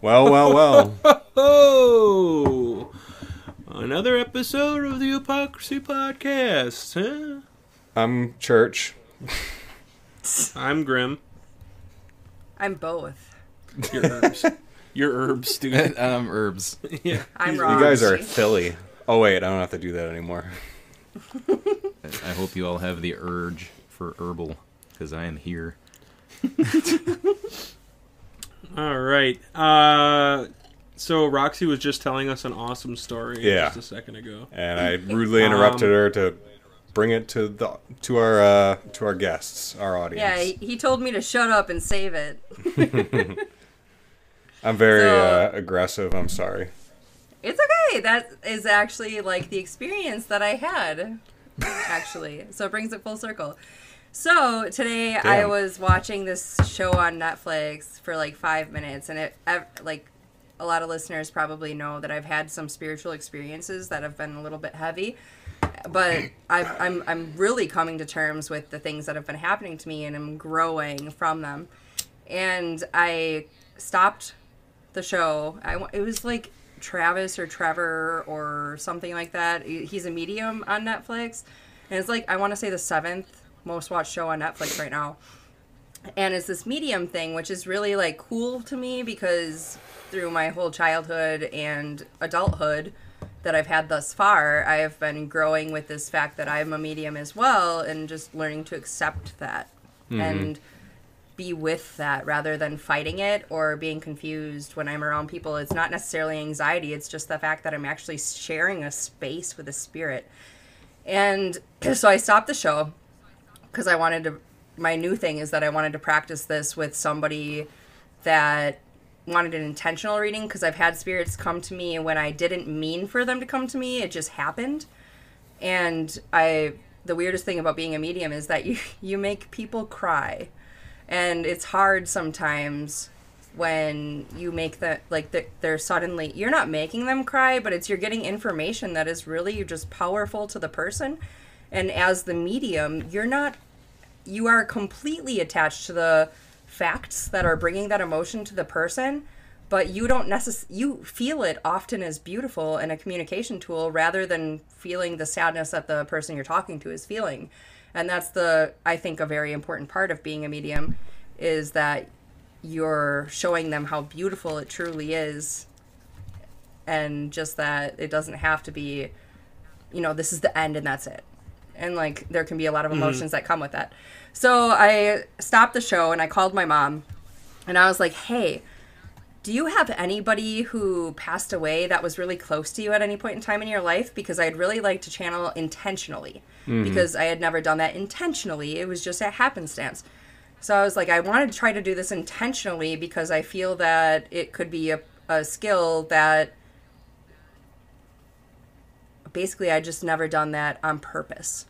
Well, well, well. Oh, another episode of the Hypocrisy Podcast. Huh? I'm Church. I'm Grim. I'm both. Your herbs. Your herbs, dude. And I'm Um, herbs. Yeah. I'm You wrong. guys are Philly. Oh wait, I don't have to do that anymore. I hope you all have the urge for herbal because I am here. All right. Uh, so Roxy was just telling us an awesome story Yeah. just a second ago. And I rudely Um, interrupted her to bring it to the to our uh, to our guests, our audience. Yeah, he, he told me to shut up and save it. I'm very So- uh, aggressive. I'm sorry. It's okay. That is actually like the experience that I had, actually. so it brings it full circle. So today I Damn. was watching this show on Netflix for like five minutes, and it ev- like a lot of listeners probably know that I've had some spiritual experiences that have been a little bit heavy, but I've, I'm I'm really coming to terms with the things that have been happening to me, and I'm growing from them. And I stopped the show. I wa- it was like Travis or Trevor or something like that. He- He's a medium on Netflix, and it's like I want to say the seventh most watched show on Netflix right now. And it's this medium thing, which is really like cool to me because through my whole childhood and adulthood that I've had thus far, I have been growing with this fact that I'm a medium as well, and just learning to accept that and be with that rather than fighting it or being confused when I'm around people. It's not necessarily anxiety, it's just the fact that I'm actually sharing a space with a spirit. And so I stopped the show because I wanted to. My new thing is that I wanted to practice this with somebody that wanted an intentional reading because I've had spirits come to me when I didn't mean for them to come to me. It just happened. And I, the weirdest thing about being a medium is that you, you make people cry and it's hard sometimes when you make that like they're, they're suddenly you're not making them cry but it's you're getting information that is really just powerful to the person and as the medium you're not you are completely attached to the facts that are bringing that emotion to the person but you don't necess- you feel it often as beautiful and a communication tool rather than feeling the sadness that the person you're talking to is feeling and that's the i think a very important part of being a medium is that you're showing them how beautiful it truly is and just that it doesn't have to be you know this is the end and that's it and like there can be a lot of emotions that come with that so i stopped the show and i called my mom and i was like hey do you have anybody who passed away that was really close to you at any point in time in your life? Because I'd really like to channel intentionally, because I had never done that intentionally. It was just a happenstance. So I was like, I want to try to do this intentionally because I feel that it could be a, a skill that basically I just never done that on purpose.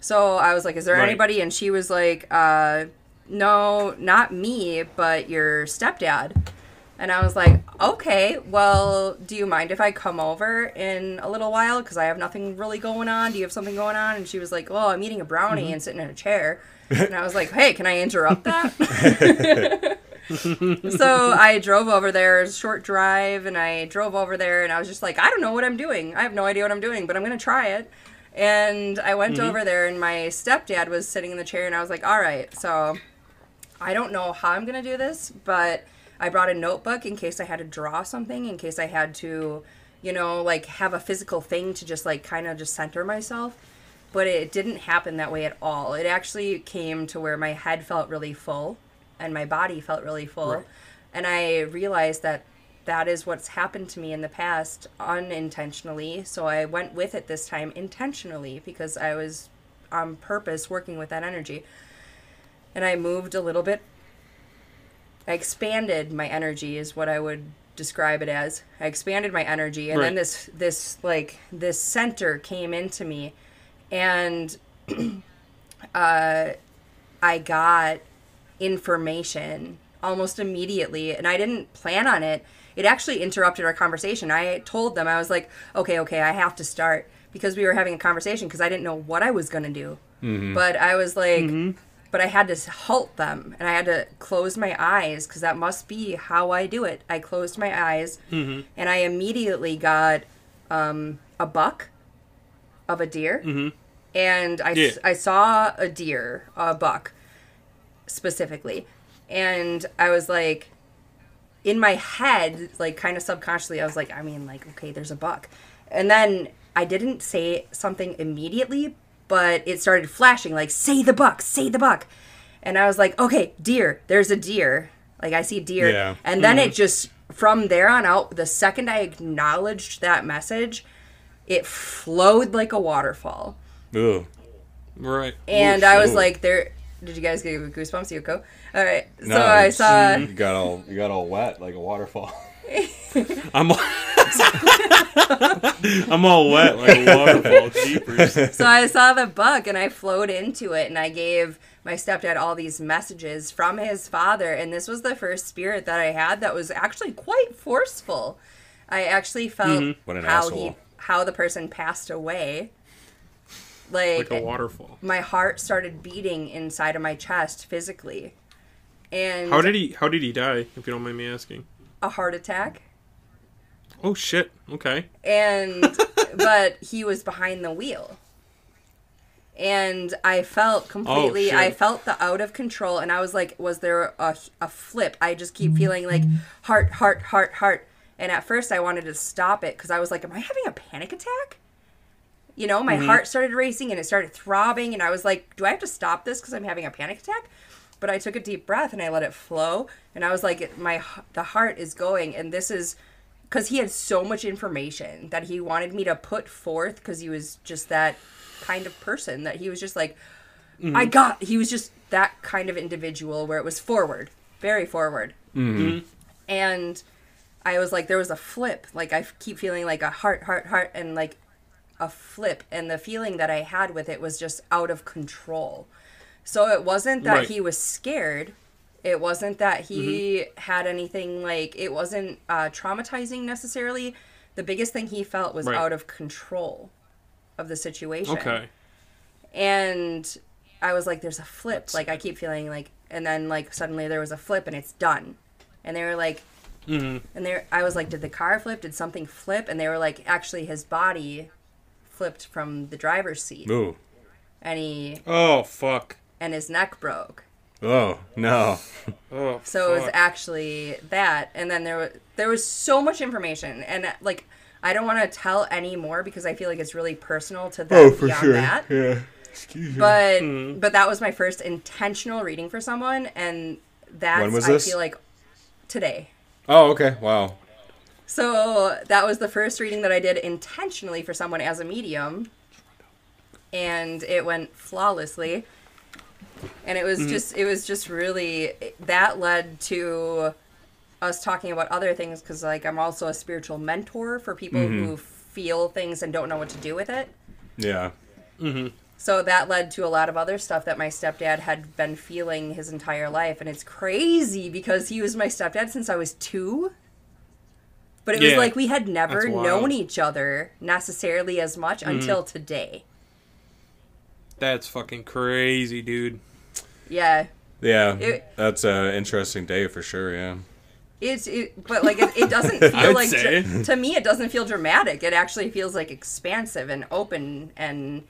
So I was like, Is there Right. anybody? And she was like, uh, No, not me, but your stepdad. And I was like, okay, well, do you mind if I come over in a little while? Because I have nothing really going on. Do you have something going on? And she was like, well, I'm eating a brownie and sitting in a chair. And I was like, hey, can I interrupt that? so I drove over there, it was a short drive, and I drove over there, and I was just like, I don't know what I'm doing. I have no idea what I'm doing, but I'm going to try it. And I went over there, and my stepdad was sitting in the chair, and I was like, all right, so I don't know how I'm going to do this, but I brought a notebook in case I had to draw something, in case I had to, you know, like have a physical thing to just like kind of just center myself. But it didn't happen that way at all. It actually came to where my head felt really full and my body felt really full. And I realized that that is what's happened to me in the past unintentionally. So I went with it this time intentionally because I was on purpose working with that energy and I moved a little bit. I expanded my energy is what I would describe it as. I expanded my energy and then Right. this this like this center came into me and uh I got information almost immediately and I didn't plan on it. It actually interrupted our conversation. I told them I was like, "Okay, okay, I have to start." Because we were having a conversation because I didn't know what I was going to do. But I was like, but but I had to halt them and I had to close my eyes because that must be how I do it. I closed my eyes and I immediately got um, a buck of a deer. And I, s- Yeah. I saw a deer, a buck specifically. And I was like, in my head, like kind of subconsciously, I was like, I mean, like, okay, there's a buck. And then I didn't say something immediately, but it started flashing, like, say the buck, say the buck. And I was like, okay, deer, there's a deer. Like, I see deer. Yeah. Mm-hmm. And then it just, from there on out, the second I acknowledged that message, it flowed like a waterfall. Ooh. Right. And Oof. I was Ooh. like, there. Did you guys get goosebumps, Yoko? All right. No, so I it's- saw. You got all you got all wet like a waterfall. I'm all, I'm all wet like a waterfall. Jeepers. so I saw the buck and I flowed into it and I gave my stepdad all these messages from his father and this was the first spirit that I had that was actually quite forceful. I actually felt What an how he asshole. how the person passed away. Like Like, a waterfall. my heart started beating inside of my chest physically. And How did he? How did he die? If you don't mind me asking. a heart attack. Oh shit. Okay. and but he was behind the wheel and i felt completely shit. i felt the out of control and i was like was there a, a flip i just keep feeling like heart heart heart heart and at first i wanted to stop it because i was like am i having a panic attack you know my heart started racing and it started throbbing and i was like do i have to stop this because i'm having a panic attack but i took a deep breath and i let it flow and i was like it- my h- the heart is going and this is because he had so much information that he wanted me to put forth because he was just that kind of person that he was just like i Mm-hmm. got he was just that kind of individual where it was forward very forward Mm-hmm. Mm-hmm. and i was like there was a flip like i f- keep feeling like a heart heart heart and like a flip and the feeling that i had with it was just out of control so it wasn't that Right. he was scared it wasn't that he Mm-hmm. had anything like it wasn't uh, traumatizing necessarily the biggest thing he felt was Right. out of control of the situation Okay. and I was like, "There's a flip." Like I keep feeling like, and then like suddenly there was a flip, and it's done. And they were like, and they I was like, "Did the car flip? Did something flip?" And they were like, "Actually, his body flipped from the driver's seat, Ooh. and he Oh fuck. and his neck broke." Oh no. Oh. So it was fuck. actually that, and then there was there was so much information, and uh, like I don't want to tell any more because I feel like it's really personal to them beyond that. Oh, Yeah. Excuse me. but Hmm. but that was my first intentional reading for someone and that's When was i this? feel like today oh, okay. Wow. so that was the first reading that i did intentionally for someone as a medium and it went flawlessly and it was Hmm. just it was just really that led to us talking about other things because like i'm also a spiritual mentor for people Mm-hmm. who feel things and don't know what to do with it Yeah. So that led to a lot of other stuff that my stepdad had been feeling his entire life. And it's crazy because he was my stepdad since I was two. But it Yeah. was like we had never That's wild. Mm-hmm. known each other necessarily as much until today. That's fucking crazy, dude. Yeah. Yeah. It- That's an interesting day for sure. Yeah. It's it, but like it, it doesn't feel would like say. dra- to me it doesn't feel dramatic. It actually feels like expansive and open and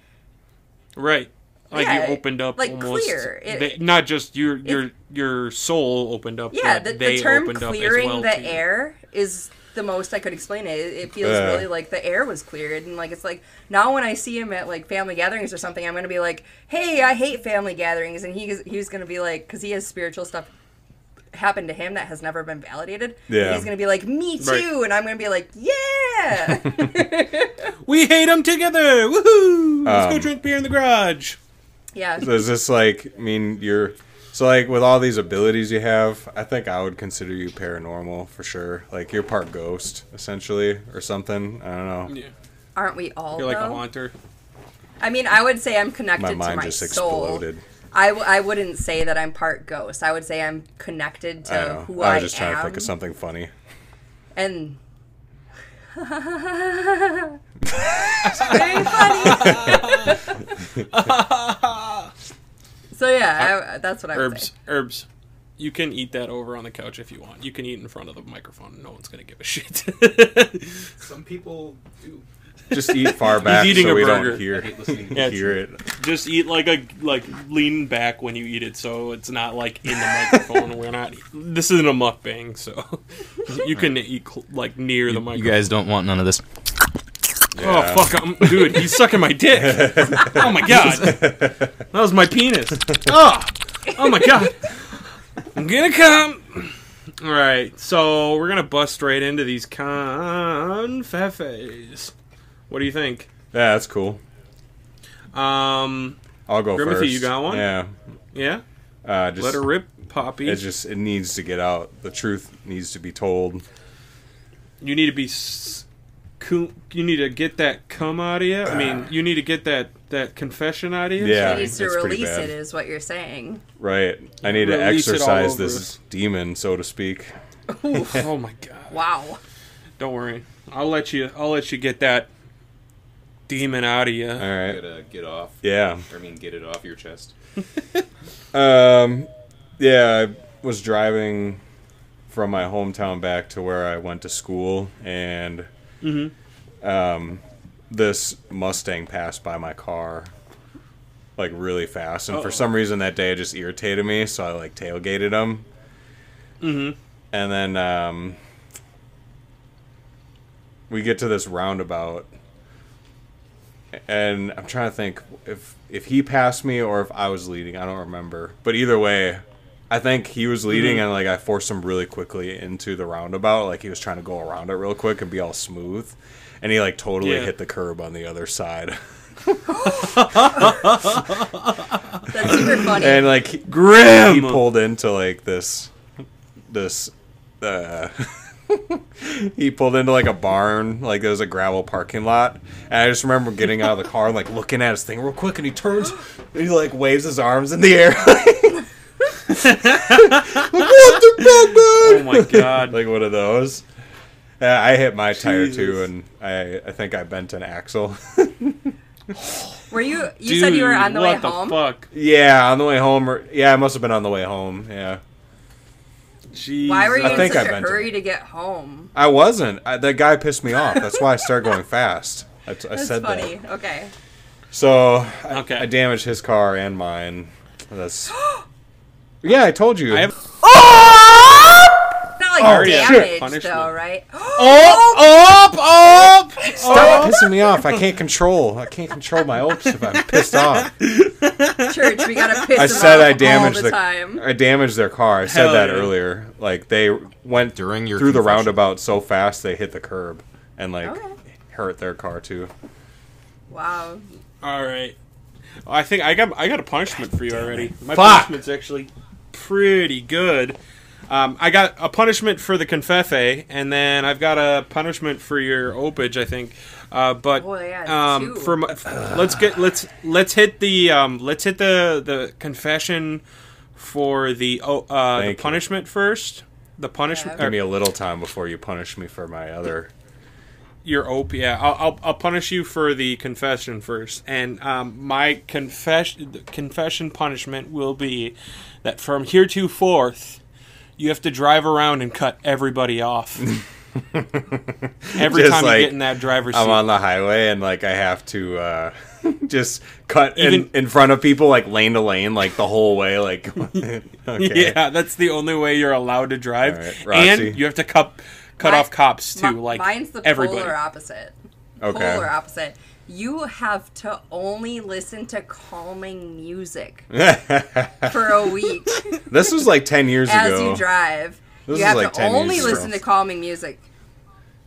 Right. Like Yeah, you opened up like, almost clear. It- they- not just your your your soul opened up. yeah. but The, the they term opened up as clearing well, the too. air is the most I could explain it. It, it feels Yeah. really like the air was cleared, and like it's like now when I see him at like family gatherings or something, I'm gonna be like, "Hey, I hate family gatherings," and he's he's gonna be like, because he has spiritual stuff happen to him that has never been validated. Yeah. he's gonna be like, "Me too," Right. and I'm gonna be like, "Yeah." We hate them together. Woohoo! Let's go Um, drink beer in the garage. yeah. So is this like? I mean, you're so like with all these abilities you have. I think I would consider you paranormal for sure. Like you're part ghost essentially, or something. I don't know. Yeah. Aren't we all? You're like a though? haunter. I mean, I would say I'm connected My to mind my just soul. exploded. I, w- I wouldn't say that I'm part ghost. I would say I'm connected I to don't know. who I I, was just am. trying to think of something funny. And very funny. so yeah, I, that's what I would herbs, say. herbs. You can eat that over on the couch if you want. You can eat in front of the microphone. No one's gonna give a shit. Some people do. Just eat far back eating so a we burger. don't hear, I hate listening. Yeah, hear it. Just eat like a like lean back when you eat it, so it's not like in the microphone. We're not. e-, This isn't a mukbang, so you can eat cl- like near the You, you microphone. guys don't want none of this. Yeah. Oh fuck, I'm, dude, he's sucking my dick. Oh my god, that was my penis. Oh, oh my god, I'm gonna come. All right, so we're gonna bust right into these confes. What do you think? Yeah, that's cool. Um, I'll go Grimothy, first. you got one? Yeah. yeah, Uh, just, let her rip, Poppy. It just it needs to get out. The truth needs to be told. you need to be s- coo- you need to get that cum out of you. I mean, you need to get that that confession out of you. Yeah. He needs to it's pretty release bad. it, is what you're saying. Right. I need to Release it all exercise over this us. demon, so to speak. Oof, oh my god. Wow. Don't worry. I'll let you. I'll let you get that demon out of you. All right. Gotta get off. Yeah. I mean, get it off your chest. Um, yeah, I was driving from my hometown back to where I went to school, and um, this Mustang passed by my car like really fast, and Uh-oh. for some reason that day it just irritated me, so I like tailgated him. Mm-hmm. And then um, we get to this roundabout, and I'm trying to think if if he passed me or if I was leading. I don't remember, but either way, I think he was Mm-hmm. leading, and like I forced him really quickly into the roundabout. Like he was trying to go around it real quick and be all smooth, and he like totally Yeah. hit the curb on the other side. That's super funny. and like he- Grim. he pulled into like this this uh he pulled into like a barn like there was a gravel parking lot and i just remember getting out of the car and like looking at his thing real quick and he turns and he like waves his arms in the air oh my god. like one of those Uh, i hit my tire too Jesus. and i i think i bent an axle Were you? You said you were Dude, on the what way home. the fuck? yeah on the way home or yeah i must have been on the way home yeah Jesus. Why were you I in think such I a meant it. hurry to get home? I wasn't. I, that guy pissed me off. That's why I started going fast. I, I That's said funny. that. Okay. So I, Okay. I damaged his car and mine. That's. yeah, I told you. I have. Not like Oh, already had damage punishment. though, right? Up, up, up. Stop pissing me off. I can't control. I can't control my oops if I'm pissed off. Church, we gotta piss I him said off I damaged all the. the time. I damaged their car. I said Hell that yeah. earlier. Like they went During your through the confession. roundabout so fast they hit the curb and like Okay. hurt their car too. Wow. All right. I think I got I got a punishment for you already. My Fuck. punishment's actually pretty good. Um, I got a punishment for the confefe, and then I've got a punishment for your opage. I think, uh, but Oh, yeah, um, two. for my, let's get let's let's hit the um, let's hit the the confession for the oh, uh, the Thank you. punishment first. The punishment, Give or me a little time before you punish me for my other. your op yeah I'll, I'll, I'll punish you for the confession first and um, my confession the confession punishment will be that from heretofore you have to drive around and cut everybody off every Just time like, you get in that driver's seat I'm on the highway and like I have to uh, just cut Even- in, in front of people like lane to lane like the whole way like okay. yeah that's the only way you're allowed to drive All right, Roxy. and you have to cut cut Mi- off cops too Mi- like mine's the everybody polar opposite. Okay. Polar opposite. You have to only listen to calming music for a week This was like 10 years as ago. you drive. This you is have like to 10 years only ago. listen to calming music.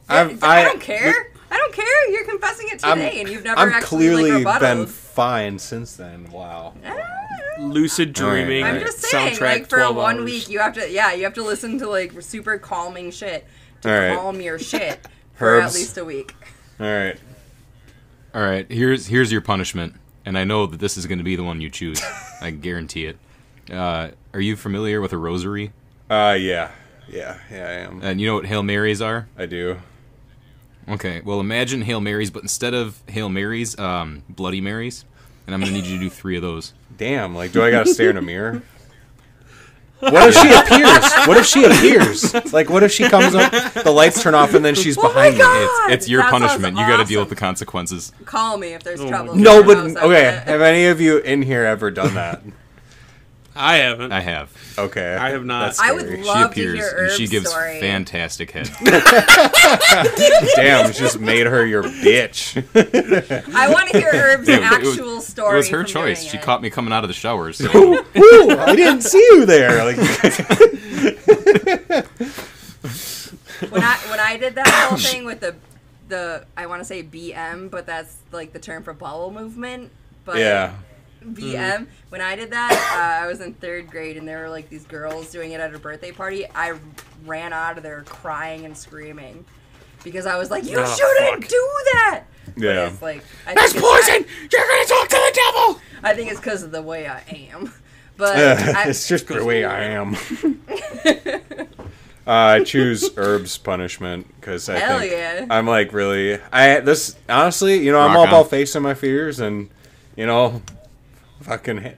I'm, I, don't care. I don't care. You're confessing it I'm, today, and you've never I'm actually clearly like, rebutted. been fine since then. Wow. lucid dreaming All I'm right. just saying, soundtrack like for 12 one hours. week, you have to, yeah, you have to listen to like super calming shit to All right. calm your shit for at Herbs. least a week. All right. All right, here's here's your punishment, and I know that this is going to be the one you choose. I guarantee it. Uh, are you familiar with a rosary? Uh yeah. Yeah, yeah, I am. And you know what Hail Marys are? I do. Okay, well imagine Hail Marys, but instead of Hail Marys, um, Bloody Marys. and I'm gonna need you to do three of those. Damn, like, do I gotta stare in a mirror? What if she appears? What if she appears? Like, what if she comes up, the lights turn off, and then she's Oh my behind me? God! It's your That sounds punishment. You got to deal with awesome. the consequences. Call me if there's trouble. No, but House, I okay. bet. Have any of you in here ever done that? I haven't. I have. Okay, I have not. That's I would scary. She Love to appears hear and she Herb's gives story. fantastic head. Damn, she just made her your bitch. I want to hear Herb's It was- actual story. It was her from choice. doing She it. caught me coming out of the shower. So Woo! I didn't see you there. Like, when I when I did that whole thing with the the I want to say BM, but that's like the term for bowel movement. But yeah. BM. Mm. When I did that, uh, I was in third grade, and there were like these girls doing it at a birthday party. I ran out of there crying and screaming because I was like, "You Ah, Oh, shouldn't fuck. do that." But Yeah. it's like I That's think it's- poison! You're gonna talk to the devil! I think it's because of the way I am. But I, it's just the way I am. Uh, I choose herbs punishment because I Hell think yeah. I'm like really. I this honestly, you know, I'm Rock all on. about facing my fears and you know, fucking,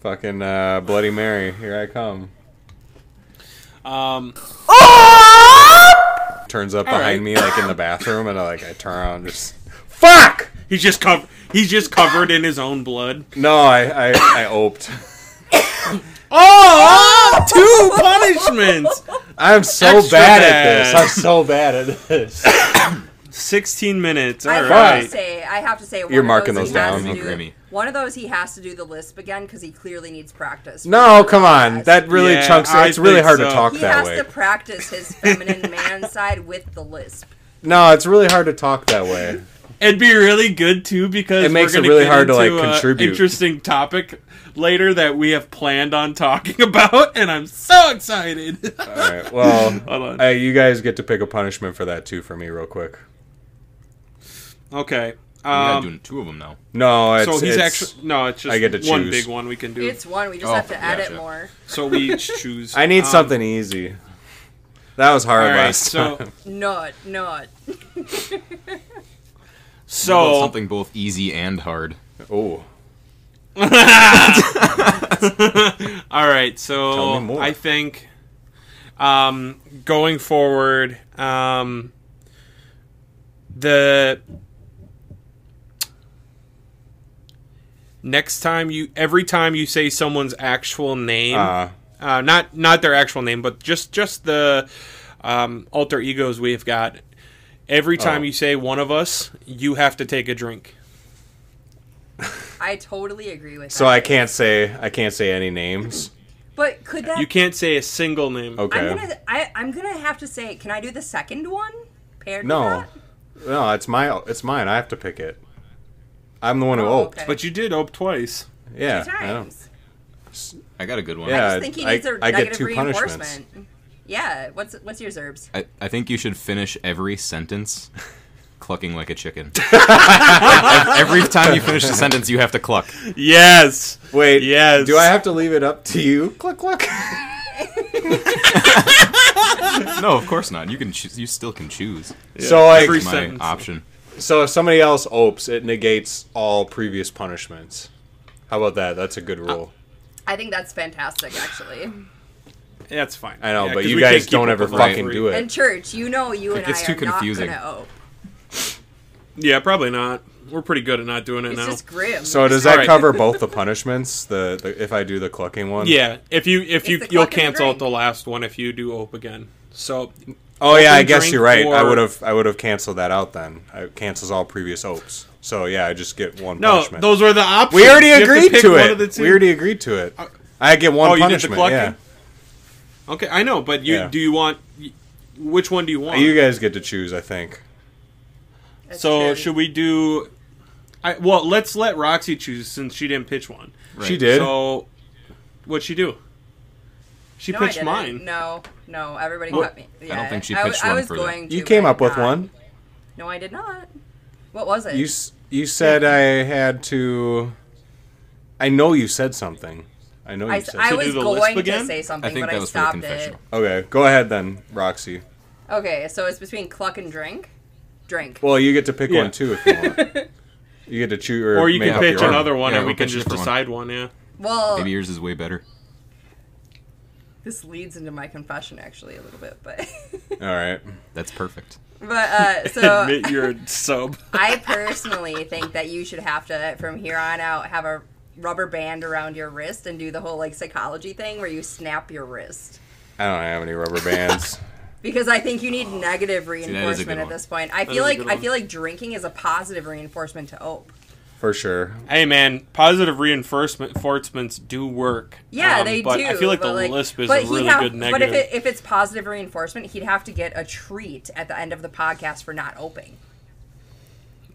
fucking uh, Bloody Mary, here I come. Um, Oh! Turns up All behind right. me like in the bathroom, and I like I turn around, and just fuck. he's just covered. He's just covered in his own blood. No, I I, I oped. Oh, two punishments. I'm so Extra bad, bad. at this. I'm so bad at this. Sixteen minutes. I All have to right. say, I have to say, one You're of marking those, those he has down, to huh, do- Grimmy? One of those he has to do the lisp again because he clearly needs practice. for No, the come on. podcast. That really Yeah, chunks. I It's really think hard to so. talk he that has way. to practice his feminine man side with the lisp. No, it's really hard to talk that way. It'd be really good too because It makes we're it gonna really get hard to, into like, a contribute. Interesting topic later that we have planned on talking about, and I'm so excited. All right. Well, Hold on. uh, you guys get to pick a punishment for that too for me, real quick. okay. I'm Um, doing two of them now. No, it's, so he's it's- actually no. It's just I get to one choose. big one we can do. It's one. We just Oh, have to edit gotcha. more. so we each choose. I need um, something easy. That was hard All right. last So time. Not, not. Well, so something both easy and hard. Oh, All Tell right, so me more. I think um, going forward, um, the next time you, every time you say someone's actual name, uh, uh, not not their actual name, but just just the um, alter egos we've got. Every time Oh. you say one of us, you have to take a drink. I totally agree with so that. I can't say I can't say any names. But could that? You can't say a single name. Okay. I'm gonna. I, I'm gonna have to say. Can I do the second one? Paired with no, that? no, it's my it's mine. I have to pick it. I'm the one who Oh, oped. okay. But you did ope twice. Yeah, Two I know. times. I got a good one. Yeah. I just think he I- needs a I get negative two punishments. reinforcement. Yeah. What's what's yours, herbs? I, I think you should finish every sentence clucking like a chicken. every time you finish a sentence, you have to cluck. Yes. Wait, Yes. Do I have to leave it up to you? Cluck cluck. No, of course not. You can choose. You still can choose. So like Every It's my sentence. option. So if somebody else opes, it negates all previous punishments. How about that? That's a good Uh, rule. I think that's fantastic, actually. That's fine. I know, Yeah, but 'cause you we can't guys keep don't up ever with all fucking three. do And it. church, you know, you and gets I too are confusing. not gonna oh, ope. Yeah, probably not. We're pretty good at not doing it It's now. just grim. So does All that right. cover both the punishments? The, the if I do the clucking one? Yeah, if you if you the you'll clock and the cancel drink. the last one if you do ope again. So Oh yeah, I Open guess drink you're right. I or- would have I would have canceled that out then. I cancels all previous opes. So yeah, I just get one no, punishment. those were the options. we already You have to agreed pick to one it. of the two. We already agreed to it. I get one Oh, you did the punishment. yeah. clucking? okay, I know, but you Yeah. do you want which one do you want? You guys get to choose, I think. That's so true. should we do? I well, let's let Roxy choose since she didn't pitch one. Right. She did. So what'd she do? She No, I pitched didn't. mine. No, no, everybody Well, cut me. Yeah, I don't think she w- pitched I one was for that. going to, you but came I up did with not. one. No, I did not. What was it? You s- you said I had to. I know you said something. I know you I, s- said. I something. To was do the lisp going to again? say I something, think but that I was for the stopped it. confessional. okay, go ahead then, Roxy. Okay, so it's between cluck and drink. Drink. Well, you get to pick Yeah. one too if you want. You get to choose, or, Or you make can up pitch your own. another one Yeah, and we we'll can pitch a just different one. decide one, yeah. Well, Maybe yours is way better. this leads into my confession actually a little bit, but All right. That's perfect. but uh, so Admit you're a sub. I personally think that you should have to from here on out have a rubber band around your wrist and do the whole like psychology thing where you snap your wrist. I don't have any rubber bands. Because I think you need Oh. negative reinforcement at one. this point. I is a feel like good I one. feel like drinking is a positive reinforcement to ope. For sure. Hey man, positive reinforcement reinforcements do work. Yeah, Um, they but do. I feel like but, the lisp is but a he'd really have- good But negative. if, it, if it's positive reinforcement, he'd have to get a treat at the end of the podcast for not oping.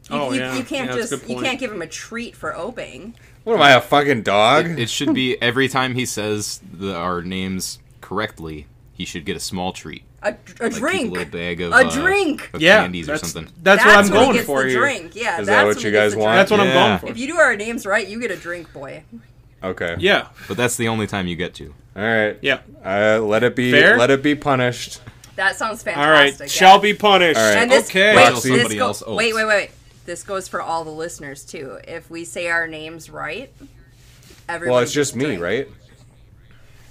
You, oh you, yeah, you can't yeah, that's a just good you point. can't give him a treat for oping. What am I, a fucking dog? It should be every time he says the, our names correctly, he should get a small treat. A, a Like keep drink. a little bag of A uh, drink. of yeah, candies or that's, something. That's, what I'm when he going gets for the here. drink. Yeah, Is that's that what when you he gets guys the want? That's what Yeah. I'm going Drink. If for. you do our names right, you get a drink, boy. okay. yeah, But that's the only time you get to. All right. yeah. Uh, let it be. Fair? Let it be punished. That sounds All right, fantastic. yeah. shall be punished. All right. And this, okay. wait, Until this somebody go- else opes. wait, wait, wait. This goes for all the listeners too. If we say our names right, everyone. Well, it's gets just a me, drink. right?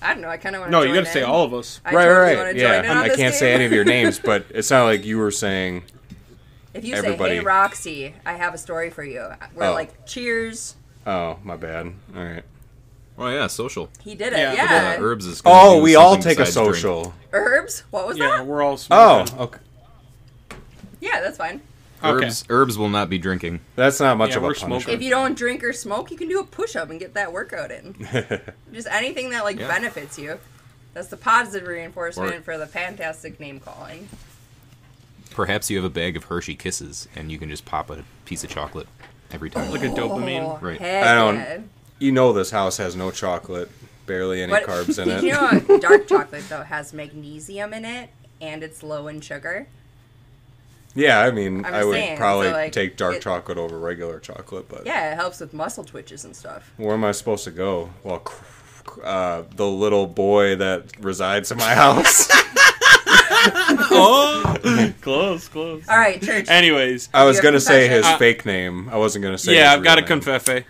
I don't know. I kind of want to. no, you got to say all of us. I right, totally right, wanna right. join Yeah. in on I this can't say game. any of your names, but it sounded like you were saying. If you everybody. say, "Hey, Roxy, I have a story for you," we're Oh. like, "Cheers." Oh, my bad. All right. Oh yeah, social. He did it. Yeah. Yeah. Uh, herbs is. gonna Oh, do we all something take a besides drink. social. Herbs? What was Yeah, that? we're all. Oh, smoking. okay. Yeah, that's fine. Okay. Herbs, herbs will not be drinking. That's not much Yeah, of a we're punishment. smoking. If you don't drink or smoke, you can do a push-up and get that workout in. Just anything that like Yeah. benefits you. That's the positive reinforcement Or- for the fantastic name calling. Perhaps you have a bag of Hershey Kisses, and you can just pop a piece of chocolate every time. like a dopamine. Oh, Right. heck I don't- yeah. You know this house has no chocolate, barely any But carbs in did it. you know dark chocolate though has magnesium in it and it's low in sugar? yeah, I mean, I'm I would saying, probably so, like, take dark it- chocolate over regular chocolate, but Yeah, it helps with muscle twitches and stuff. where am I supposed to go? Well, cr- cr- uh, the little boy that resides in my house. Oh, close, close. All right, church. Anyways, I was Your gonna say his confession. Uh, fake name. I wasn't gonna say. yeah, his I've got a real name. confefe.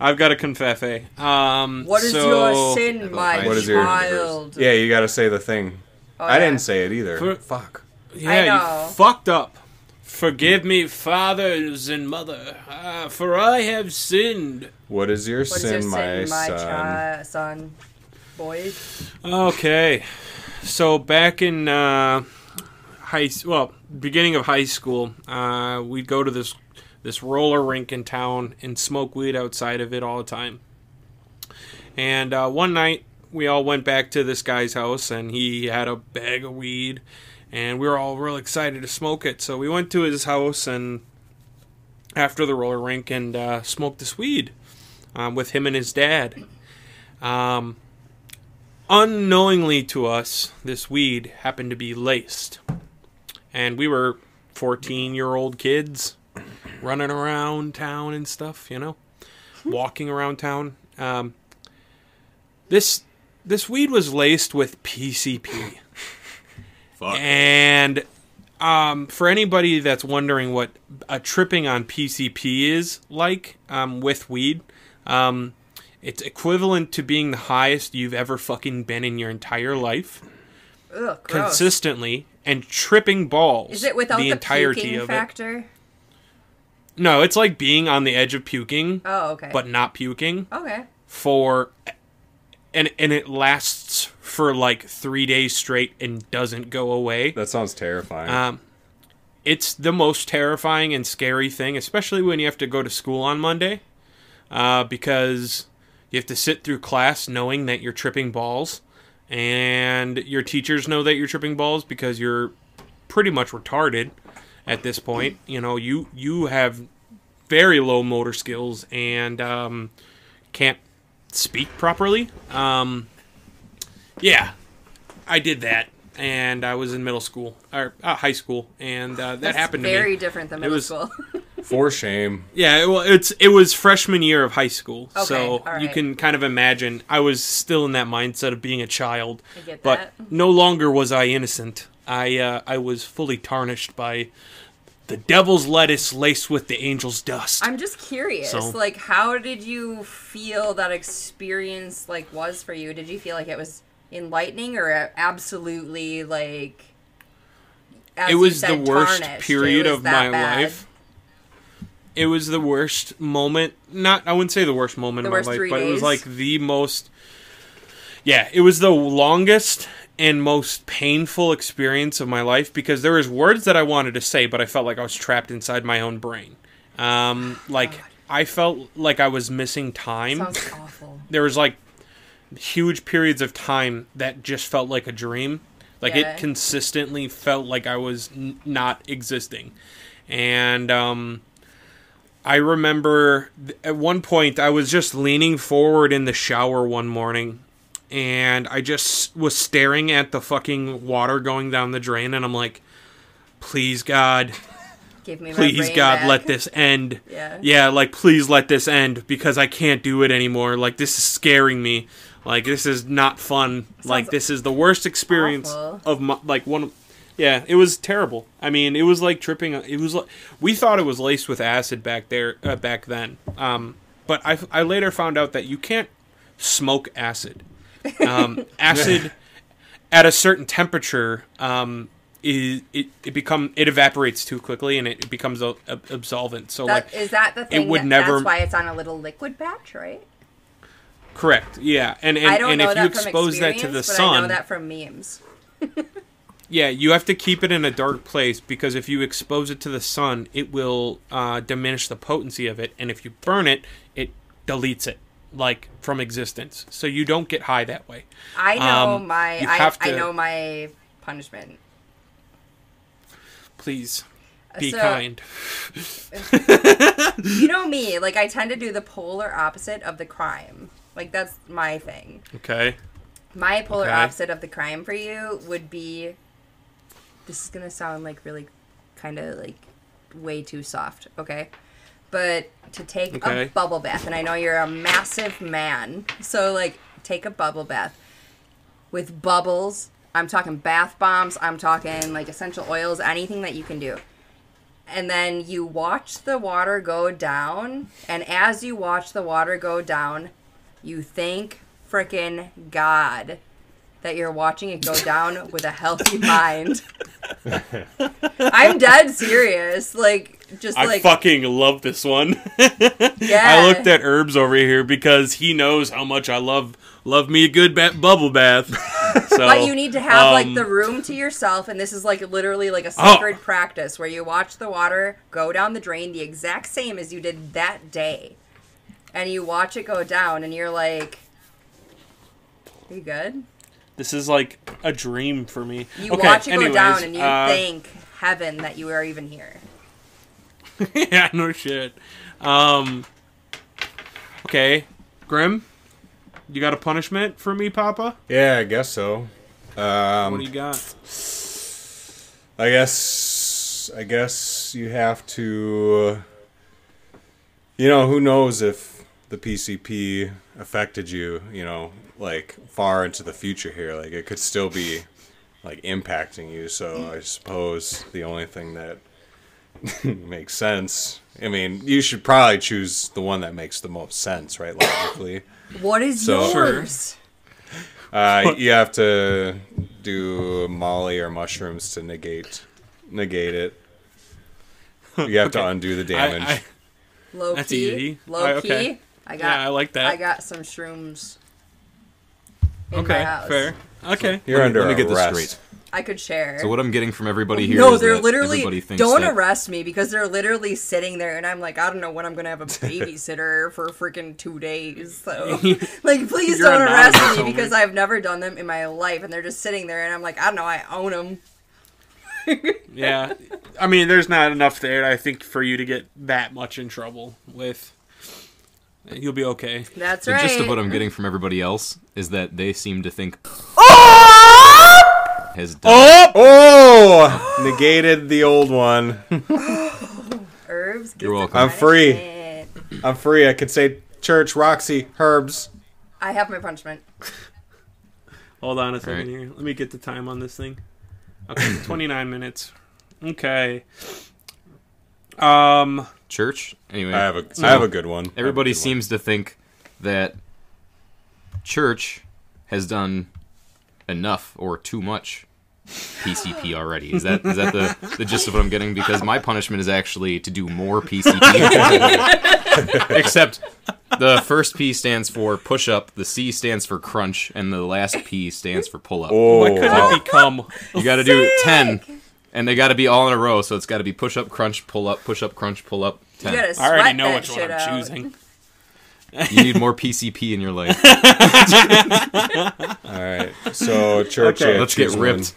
I've got a confefe. Um, What is so- your sin, my What is your? child? Yeah, you gotta say the thing. Oh, I yeah. didn't say it either. For- Fuck. Yeah, I you know. fucked up. Forgive me, fathers and mother, uh, for I have sinned. What is your What is sin, your sin, my, son? chi- son? Boy, Okay, so back in uh, high, s- well, beginning of high school, uh, we'd go to this this roller rink in town and smoke weed outside of it all the time. And uh, one night, we all went back to this guy's house, and he had a bag of weed, and we were all real excited to smoke it. So we went to his house and after the roller rink and uh, smoked this weed um, with him and his dad. Um, unknowingly to us, this weed happened to be laced, and we were fourteen-year-old kids running around town and stuff, you know, walking around town. Um, this this weed was laced with PCP. Fuck. And um, for anybody that's wondering what a tripping on PCP is like um, with weed, um, it's equivalent to being the highest you've ever fucking been in your entire life, ugh, gross. consistently, and tripping balls. Is it without the, entirety puking of factor? it? No, it's like being on the edge of puking, Oh, okay. but not puking okay, for, and and it lasts for like three days straight and doesn't go away. That sounds terrifying. Um, it's the most terrifying and scary thing, especially when you have to go to school on Monday, uh, because you have to sit through class knowing that you're tripping balls, and your teachers know that you're tripping balls because you're pretty much retarded at this point. You know, you you have very low motor skills and um, can't speak properly. Um, yeah, I did that, and I was in middle school or uh, high school, and uh, that That's happened to me. Very different than middle was- school. For shame. Yeah, well, it's it was freshman year of high school, Okay, so all you right. can kind of imagine I was still in that mindset of being a child. I get but that. no longer was I innocent. I uh, I was fully tarnished by the devil's lettuce laced with the angel's dust. I'm just curious, So- like, how did you feel that experience like was for you? Did you feel like it was enlightening or a- absolutely like? as it you was said, the worst tarnished? It period was of that my bad? life. It was the worst moment. Not, I wouldn't say the worst moment The in worst my life, three but it was days? like the most. Yeah, it was the longest and most painful experience of my life because there was words that I wanted to say, but I felt like I was trapped inside my own brain. Um, like I felt like I was missing time Oh, Sounds awful. there was like huge periods of time that just felt like a dream like Yeah. it consistently felt like i was n- not existing and um i remember th- at one point i was just leaning forward in the shower one morning and i just was staring at the fucking water going down the drain and i'm like please god Give me my please brain god back. let this end Yeah. yeah like please let this end because i can't do it anymore like this is scaring me like this is not fun like this is the worst experience awful. of my like one of- yeah it was terrible i mean it was like tripping it was like we thought it was laced with acid back there uh, back then um but i i later found out that you can't smoke acid um acid at a certain temperature, um, it, it it become it evaporates too quickly and it, it becomes a, a absolvent. So That, like is that the thing? would that- never- That's why it's on a little liquid patch, right? correct, yeah. And and, I don't and know if that you from expose that to experience, the but sun, I know that from memes. yeah, you have to keep it in a dark place because if you expose it to the sun, it will uh, diminish the potency of it, and if you burn it, it deletes it like from existence. So you don't get high that way. I know Um, my. you I, have I to- know my punishment. Please be So- kind. You know me, like I tend to do the polar opposite of the crime. Like that's my thing. Okay. My polar Okay. opposite of the crime for you would be this is going to sound like really kind of like way too soft, okay? But to take Okay. a bubble bath and I know you're a massive man. So like take a bubble bath with bubbles. I'm talking bath bombs, I'm talking like essential oils, anything that you can do and then you watch the water go down and as you watch the water go down you thank frickin' god that you're watching it go down with a healthy mind i'm dead serious like just I like fucking love this one. yeah I looked at Herbs over here because he knows how much I love love me a good ba- bubble bath. So, but you need to have like um, Oh. the room to yourself and this is like literally like a sacred practice where you watch the water go down the drain the exact same as you did that day and you watch it go down and you're like are you good This is like a dream for me. You okay, watch it anyways, go down and you uh, thank heaven that you are even here. yeah, no shit. Um, okay, Grim, you got a punishment for me, Papa? Yeah, I guess so. what do Um, you got? I guess I guess you have to. Uh, you know, who knows if the PCP affected you? You know, like far into the future here, like it could still be like impacting you. So I suppose the only thing that makes sense. I mean, you should probably choose the one that makes the most sense, right? Logically. What is So- yours? Uh, you have to do Molly or mushrooms to negate negate it. You have to Okay. undo the I- damage. I- Low That's key. easy. Low I- key. okay. I got yeah, I like that. I got some shrooms in my okay, house. fair. Okay. You're Let me- under let me get this arrest. straight. I could share. So what I'm getting from everybody here no, is they're that everybody literally thinks don't that- arrest me because they're literally sitting there and I'm like, I don't know when I'm gonna have a babysitter for freaking two days. So like please You're don't anonymous, arrest me homie. because I've never done them in my life and they're just sitting there and I'm like, I don't know, I own them. yeah. I mean, there's not enough there, I think, for you to get that much in trouble with. You'll be okay. That's The right. gist of what I'm getting from everybody else is that they seem to think has done. Oh! Oh, negated the old one. Herbs. You're gets welcome. I'm free. punishment. I'm free. I could say church, Roxy, herbs. I have my punishment. Hold on a second Alright. here. Let me get the time on this thing. Okay, 29 minutes. Okay. Um, Church? Anyway, I have a I have a good one. everybody I have a good one. seems to think that church has done enough or too much PCP already. Is that is that the, the gist of what I'm getting? Because my punishment is actually to do more PCP. Except the first P stands for push up, the C stands for crunch, and the last P stands for pull up. Oh, what could wow. it become? You got to do ten, and they got to be all in a row. So it's got to be push up, crunch, pull up, push up, crunch, pull up. You 10. gotta I sweat already know that which one shit I'm out. choosing. You need more PCP in your life. All right. So church. Okay. yeah, Let's get choose one. ripped.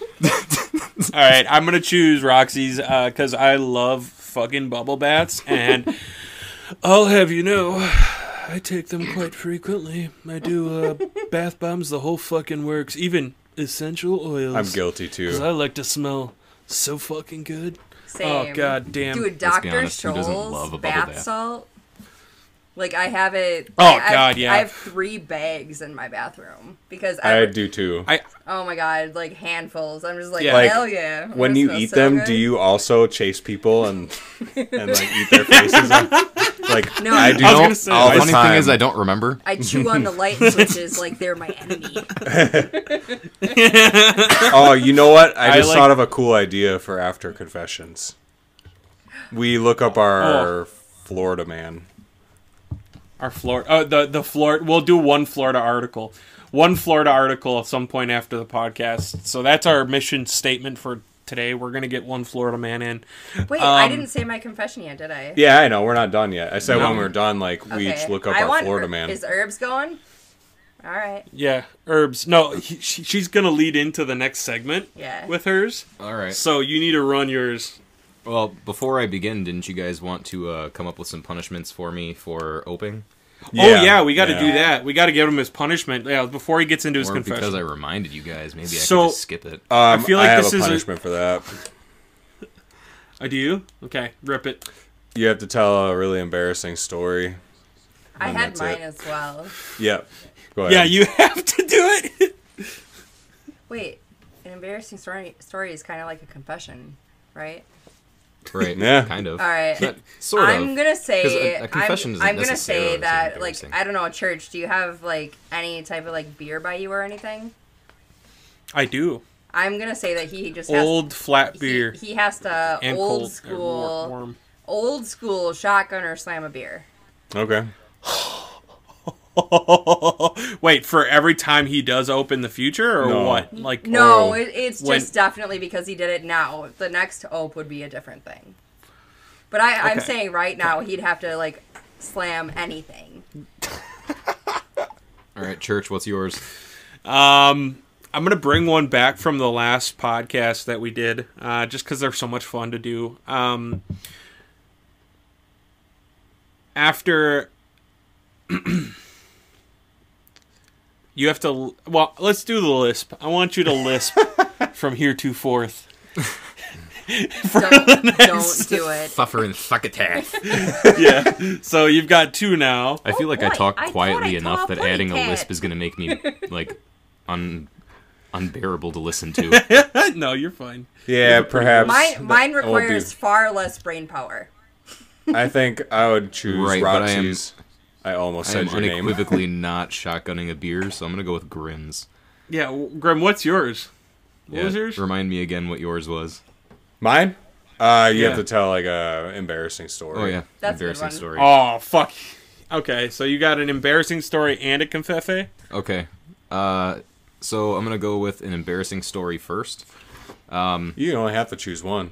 All right, I'm gonna choose Roxy's because I love fucking bubble bats, and I'll have you know, I take them quite frequently. I do uh, bath bombs, the whole fucking works, even essential oils. I'm guilty too. 'Cause I like to smell so fucking good. Same. Oh god damn! Dude, Let's be Dr. honest, who doesn't love a Scholl's bubble bath bath? salt. Like I have it. Oh, I- I have- God, yeah. I have three bags in my bathroom because I. I do too. I oh my god, like handfuls. I'm just like, Yeah. Like, hell yeah. I'm when gonna you smell eat so them, good. do you also chase people and and like eat their faces? up? Like No, I do. I was No, gonna say all All that. the the funny time. thing is I don't remember. I chew on the light switches like they're my enemy. Oh, you know what? I I just like- thought of a cool idea for after confessions. We look up our Oh. Florida man. Our Florida, uh, the the Florida. We'll do one Florida article, one Florida article at some point after the podcast. So that's our mission statement for today. We're gonna get one Florida man in. Wait, I Um, didn't say my confession yet, did I? Yeah, I know. We're not done yet. I said No. when we're done, like we Okay. each look up I our want Florida Herb- man. Is herbs going? All right. Yeah, herbs. No, he, she, she's gonna lead into the next segment. Yeah. with hers. All right. So you need to run yours. Well, before I begin, didn't you guys want to uh, come up with some punishments for me for oping? oh yeah, we got to do that. We got to give him his punishment. Yeah, before he gets into his Or because confession. I reminded you guys, maybe I could So- just skip it. Um, I feel like have this a is a- punishment for that. I, Uh, do you? Okay, rip it. You have to tell a really embarrassing story. I And had that's mine it. as well. Yep. Go ahead. Yeah, you have to do it. Wait, an embarrassing story story is kind of like a confession, right? right. Yeah. Kind of. All right. But sort of. I'm gonna 'Cause say a- a confession I'm, isn't I'm gonna say necessarily that like embarrassing. I don't know, church. Do you have like any type of like beer by you or anything? I do. I'm gonna say that he just has Old flat he- beer He, has to and old cold or school, war- warm. old school shotgun or slam a beer. Okay. Wait, for every time he does open the future or No. what? Like No, Oh, it, it's when- just definitely because he did it now. The next ope would be a different thing. But I, I'm Okay. saying right now he'd have to like slam anything. All right, church, what's yours? Um, I'm gonna bring one back from the last podcast that we did, uh, just because they're so much fun to do. Um, after you have to, well, let's do the lisp. I want you to lisp from here to forth. Don't, don't do it. Fuffer and thuckatath. Yeah. so you've got two now. I feel like I Oh, boy, talk I thought quietly I enough taught that Putty adding a Cat. lisp is going to make me like un unbearable to listen to. no, you're fine. Yeah, perhaps. Mine, mine that won't be- requires far less brain power. I think I would choose Right, but I am- Roxy's. I, almost I said am your name. unequivocally not shotgunning a beer, so I'm going to go with Grimm's. Yeah, w- Grim, what's yours? What was Yeah, yours? Remind me again what yours was. Mine? Uh, you Yeah. have to tell like a embarrassing story. Oh yeah, That's a good embarrassing one. story. Oh fuck. Okay, so you got an embarrassing story and a confefe. Okay. Uh, so I'm gonna go with an embarrassing story first. You only have to choose one.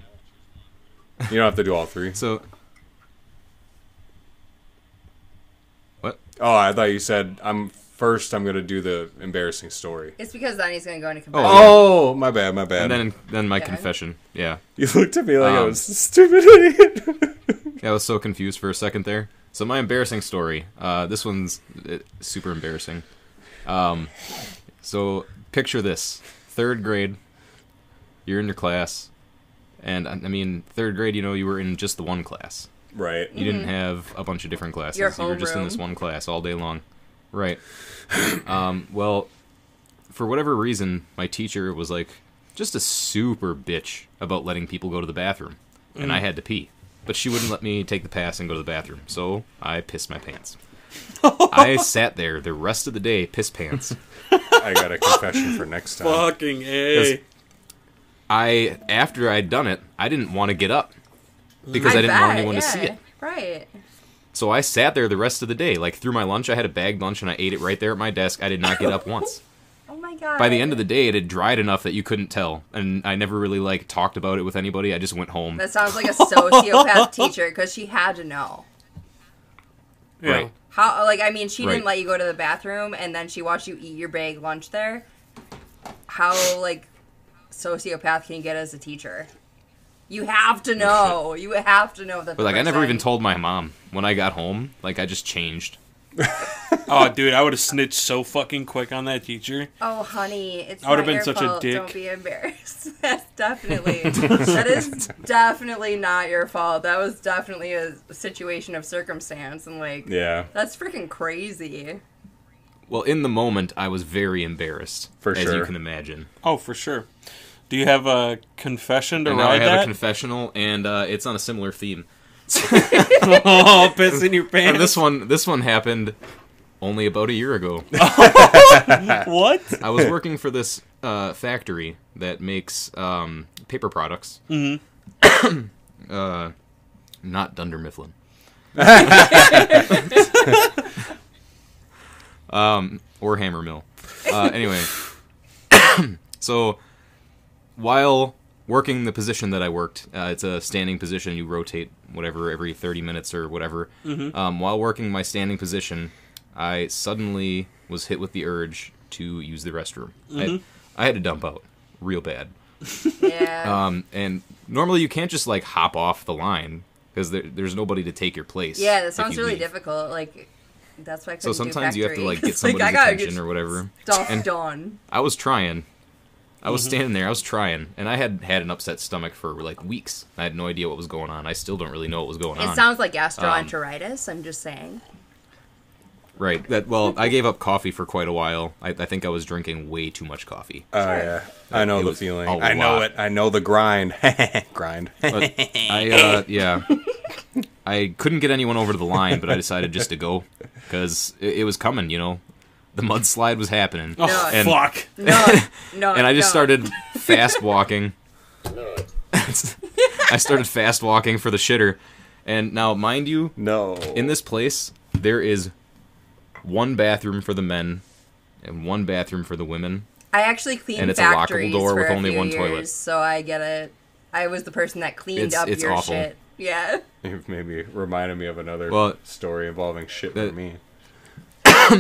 You don't have to do all three. So, what? Oh, I thought you said I'm first. I'm gonna do the embarrassing story. It's because then he's going to go into Oh, confession. Oh, my bad, my bad. And then, then my Yeah. confession. Yeah, you looked at me like I Um, was a stupid idiot. yeah, I was so confused for a second there. So my embarrassing story. Uh, this one's uh, super embarrassing. Um, so picture this: third grade, you're in your class, and I I mean, third grade, you know, you were in just the one class. right. You didn't have a bunch of different classes. Mm-hmm. Your you were just in this homeroom. one class all day long. Right. um, well, for whatever reason, my teacher Mm. was like just a super bitch about letting people go to the bathroom, and I had to pee. but she wouldn't let me take the pass and go to the bathroom, so I pissed my pants. I sat there the rest of the day, piss pants. I got a confession for next time. Fucking a. I after I'd done it, I didn't want to get up because I, didn't want anyone to see it. Right. So I sat there the rest of the day. Like through my lunch, I had a bagged lunch and I ate it right there at my desk. I did not get up once. Oh my god. By the end of the day, it had dried enough that you couldn't tell, and I never really like talked about it with anybody. I just went home. That sounds like a sociopath teacher because she had to know. Yeah. Right. How, like, I mean, she Right. didn't let you go to the bathroom and then she watched you eat your bag lunch there. How, like, sociopath can you get as a teacher? You have to know. You have to know that. But the like, I never person- even told my mom when I got home. Like, I just changed. Oh, dude, I would have snitched so fucking quick on that teacher. Oh, honey, it's I would've not been your such a fault. dick. Don't be embarrassed. That's definitely that is definitely not your fault. That was definitely a situation of circumstance, and like Yeah. that's freaking crazy. Well, in the moment, I was very embarrassed, For as you sure. can imagine. Oh, for sure. Do you have a confession to And now I ride have that? a confessional, and uh, it's on a similar theme. oh, piss in your And pants. this one, this one happened only about a year ago. what? I was working for this uh, factory that makes um, paper products. Mm-hmm. uh, not Dunder Mifflin. um, or Hammer Mill. Uh, anyway, so while working the position that I worked, uh, it's a standing position. You rotate whatever every thirty minutes or whatever. Um, while working my standing position, I suddenly was hit with the urge to use the restroom. I, I had to dump out real bad. Yeah, Um, and normally you can't just like hop off the line because there, there's nobody to take your place. yeah, that if sounds you really leave. difficult. Like that's why I So couldn't do sometimes you have factory. to like get It's like, somebody's I gotta attention get or whatever. Stuff and- done. I was trying. I Mm-hmm. was standing there. I was trying, and I had had an upset stomach for like weeks. I had no idea what was going on. I still don't really know what was going It on. Um, sounds like gastroenteritis. I'm just saying. right. That well, I gave up coffee for quite a while. I, I think I was drinking way too much coffee. Uh, Oh yeah. I know It the was feeling. a I know lot. it. I know the grind. grind. But I uh, yeah, I couldn't get anyone over to the line, but I decided just to go because it, it was coming. You know, the mudslide was happening, Oh, and fuck. Oh, No, no. and I just no. started fast walking. I started fast walking for the shitter, and now mind you, No. in this place there is one bathroom for the men and one bathroom for the women. I actually cleaned And it's a lockable factories door for with a only few one years, toilet. so I get it. I was the person that cleaned It's- up it's your awful. shit. Yeah. You've maybe reminded me of another Well, story involving shit that- for me.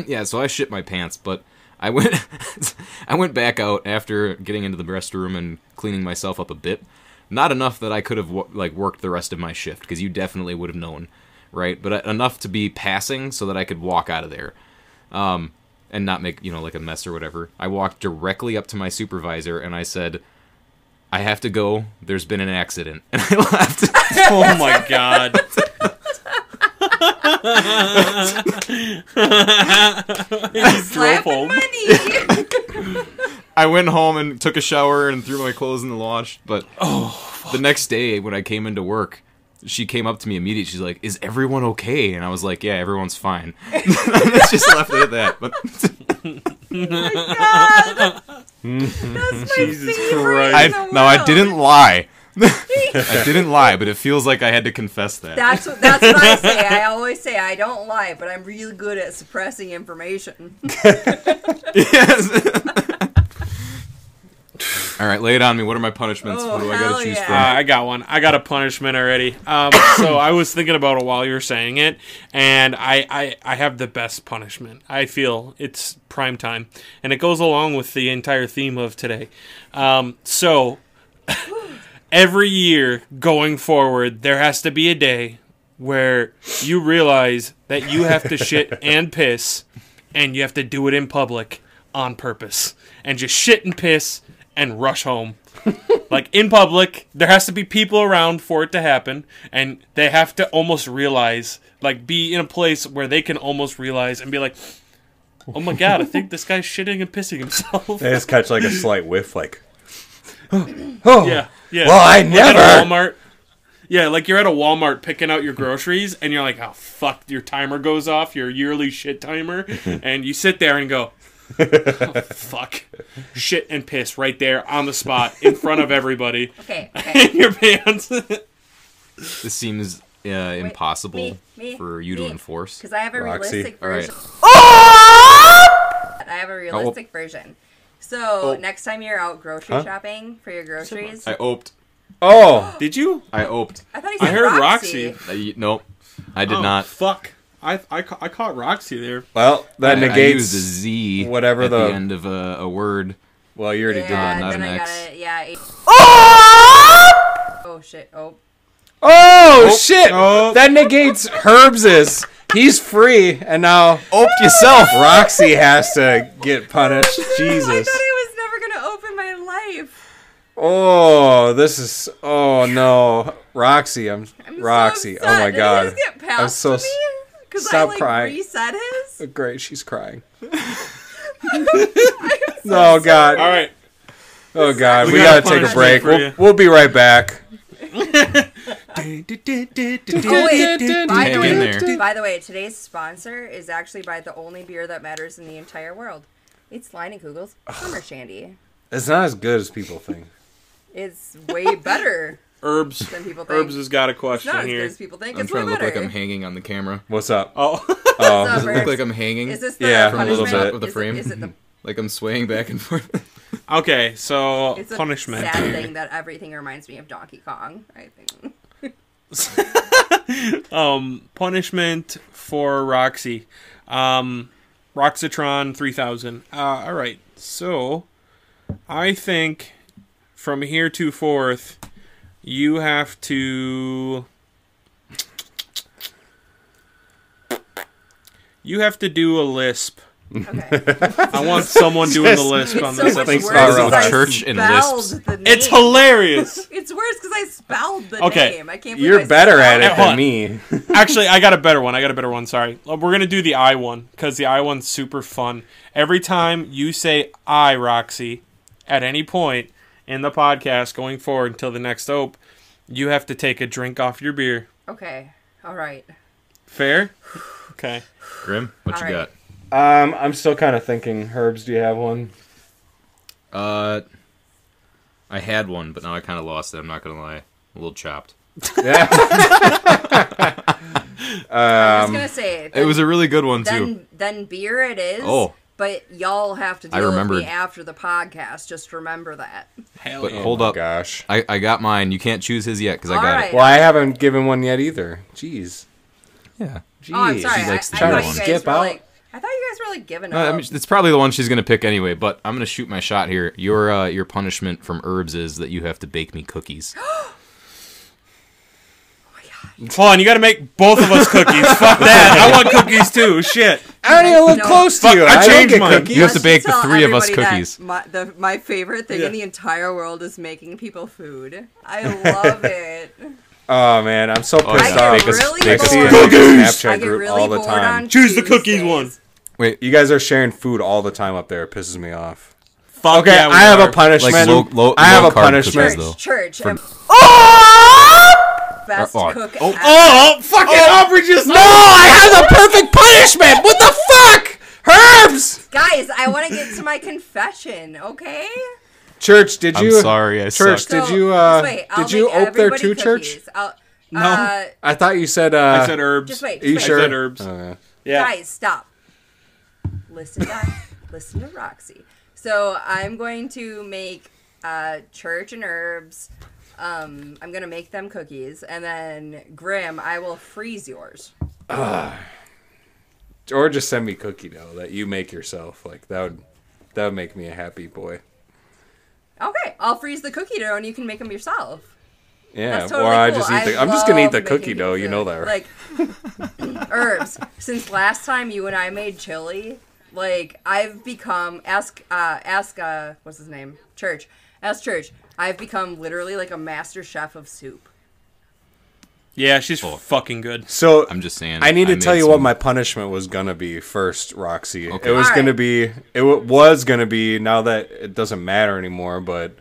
yeah, so I shit my pants, but I went I went back out after getting into the restroom and cleaning myself up a bit. Not enough that I could have wo- like worked the rest of my shift because you definitely would have known, right? But uh, enough to be passing so that I could walk out of there. Um and not make, you know, like a mess or whatever. I walked directly up to my supervisor and I said, "I have to go. There's been an accident." And I left. Oh my god. Slap home. money. I went home and took a shower and threw my clothes in the wash. But the next day when I came into work, she came up to me immediately. She's like, "Is everyone okay?" And I was like, "Yeah, everyone's fine." It's just left it at that. But God. That's my Jesus favorite Christ. I in the no, I world. didn't lie. I didn't lie, but it feels like I had to confess that. That's what, that's what I say. I always say I don't lie, but I'm really good at suppressing information. yes. All right, lay it on me. What are my punishments? Oh, what do I hell gotta choose Uh, yeah. from? I got one. I got a punishment already. Um, so I was thinking about it while you were saying it, and I, I, I have the best punishment. I feel it's prime time, and it goes along with the entire theme of today. Um, so every year going forward, there has to be a day where you realize that you have to shit and piss, and you have to do it in public on purpose, and just shit and piss and rush home like in public there has to be people around for it to happen and they have to almost realize like be in a place where they can almost realize and be like oh my god i think this guy's shitting and pissing himself I just catch like a slight whiff, like. oh yeah yeah Well, I Like at never. walmart Yeah, like you're at a Walmart picking out your groceries, and you're like, "Oh fuck!" Your timer goes off, your yearly shit timer, and you sit there and go, "Oh, "Fuck, shit and piss!" Right there on the spot in front of everybody Okay, in okay. your pants. This seems uh, impossible me, me, for you to me. enforce. Because I have a Roxy. Oh. realistic All right. version. I have a realistic version. So next time you're out grocery Huh? shopping for your groceries, I I, oped. Oh, Did you? I oped. thought he said heard Roxy. Roxy. I, Uh, nope. I did Oh, not. Fuck. I, I, ca- I caught Roxy there. well, that I, I negates. used a Z whatever at the- end of a, a word. well, you already did Yeah, that. not then an I got X. it. Yeah. Eight. Oh shit. Oh. Oh, shit! Oh. That negates Herbs's. He's free, and now Oped yourself. Roxy has to get Oh punished. Jesus. I thought I was never gonna open my life. Oh, this is. Oh no, Roxy! I'm, I'm so Roxy. oh upset. my Did god. His get passed I'm so to s- me? Because I stop like crying. reset his. Great, she's crying. oh god. All right. Oh god. We, We got gotta a take a punishment break. for We'll, you. we'll be right back. Oh, wait. By Hang the, in way, there. by the way, today's sponsor is actually by the only beer that matters in the entire world. It's Line and Kugel's Summer Shandy. It's not as good as people think. It's way better Herbs. than people think. Herbs has got a question not as here. good as people think. I'm it's trying to way look like better. I'm hanging on the camera. What's up? oh. Oh, What's Does up, it Ernst? look like I'm hanging? Is this the Yeah, from a punishment? little bit. With a Is it- frame. Is it the like I'm swaying back and forth? okay, so it's a punishment. sad thing that everything reminds me of Donkey Kong. I think. um, punishment for Roxy. Um, Roxitron 3000. Uh, all right. So, I think from here to forth, you have to. You have to do a lisp. Okay. I want someone doing the lisp on so this much Thanks, worse Carl. 'cause I Church and spelled lisps. the name. It's hilarious. It's worse because I spelled the Okay. name. I can't. believe I You're better at spelled it Hold than on. me. Actually, I got a better one. I got a better one. Sorry. Uh, We're going to do the I one because the I one's super fun. Every time you say I, Roxy, at any point in the podcast going forward until the next OPE, you have to take a drink off your beer. Okay. All right. Fair? Okay. Grim, what you Alright. Um, I'm still kind of thinking. Herbs, do you have one? got? Uh, I had one, but now I kind of lost it. I'm not gonna lie, a little chopped. Yeah. I was gonna say Um, It was a really good one too. then then beer it is. Oh. But y'all have to I deal with remembered. me after the podcast. Just remember that. Hell But yeah. hold Oh, up, gosh. I, I got mine. You can't choose his yet because I All got right. it. Well, I haven't given one yet either. Jeez. Yeah, Jeez. Oh, I'm sorry. I, I likes the thought beer you one. guys Skip were out. like, I thought you guys were like giving Uh, up. I mean, it's probably the one she's gonna pick anyway. But I'm gonna shoot my shot here. Your uh, your punishment from herbs is that you have to bake me cookies. Hold on. You got to make both of us cookies. Fuck that. I want cookies too. Shit. I don't even look No. close to Fuck, you. I I, don't changed get mine. cookies. You have to Let's bake the tell three of us everybody that cookies. My, the, my favorite thing Yeah. in the entire world is making people food. I love it. Oh man, I'm so pissed yeah. off. I Make get us- really I make us see bored. it in the I Snapchat get group really all the bored time. on Choose the cookies Tuesdays. one. You guys are sharing food all the time up there. It pisses me off. Fuck Okay, yeah, we I have are. a punishment. Like low- low- I have a low-carb punishment. cookies, though. Church, church. and Best Oh, cook oh, ever. Oh, fucking Aubrey just. No, I have the perfect punishment. What the fuck, Herbs? Guys, I want to get to my confession, okay? Church, did I'm you? sorry, I Church, sucked. did you? Uh, just wait, I'll did you make ope there everybody too, Church? cookies. I'll, No. Uh, I thought you said. Uh, I said herbs. just wait. Are you just wait. sure? said herbs. Oh, yeah. Yeah. Guys, stop. Listen to listen to Roxy. So I'm going to make uh, church and herbs. Um, I'm gonna make them cookies, and then Grim, I will freeze yours. Or just send me cookie dough that you make yourself. Like that would that would make me a happy boy. Okay, I'll freeze the cookie dough, and you can make them yourself. Yeah, That's totally or I cool. just eat the, I'm just gonna eat love the making cookie dough. You know that, right? Like herbs. Since last time you and I made chili, like I've become ask uh ask uh what's his name? Church. Ask Church. I've become literally like a master chef of soup. Yeah, she's fucking good. so I'm just saying. I need to made tell you some- what my punishment was gonna be first, Roxy. Okay. It was All gonna right. be it w- was gonna be now that it doesn't matter anymore, but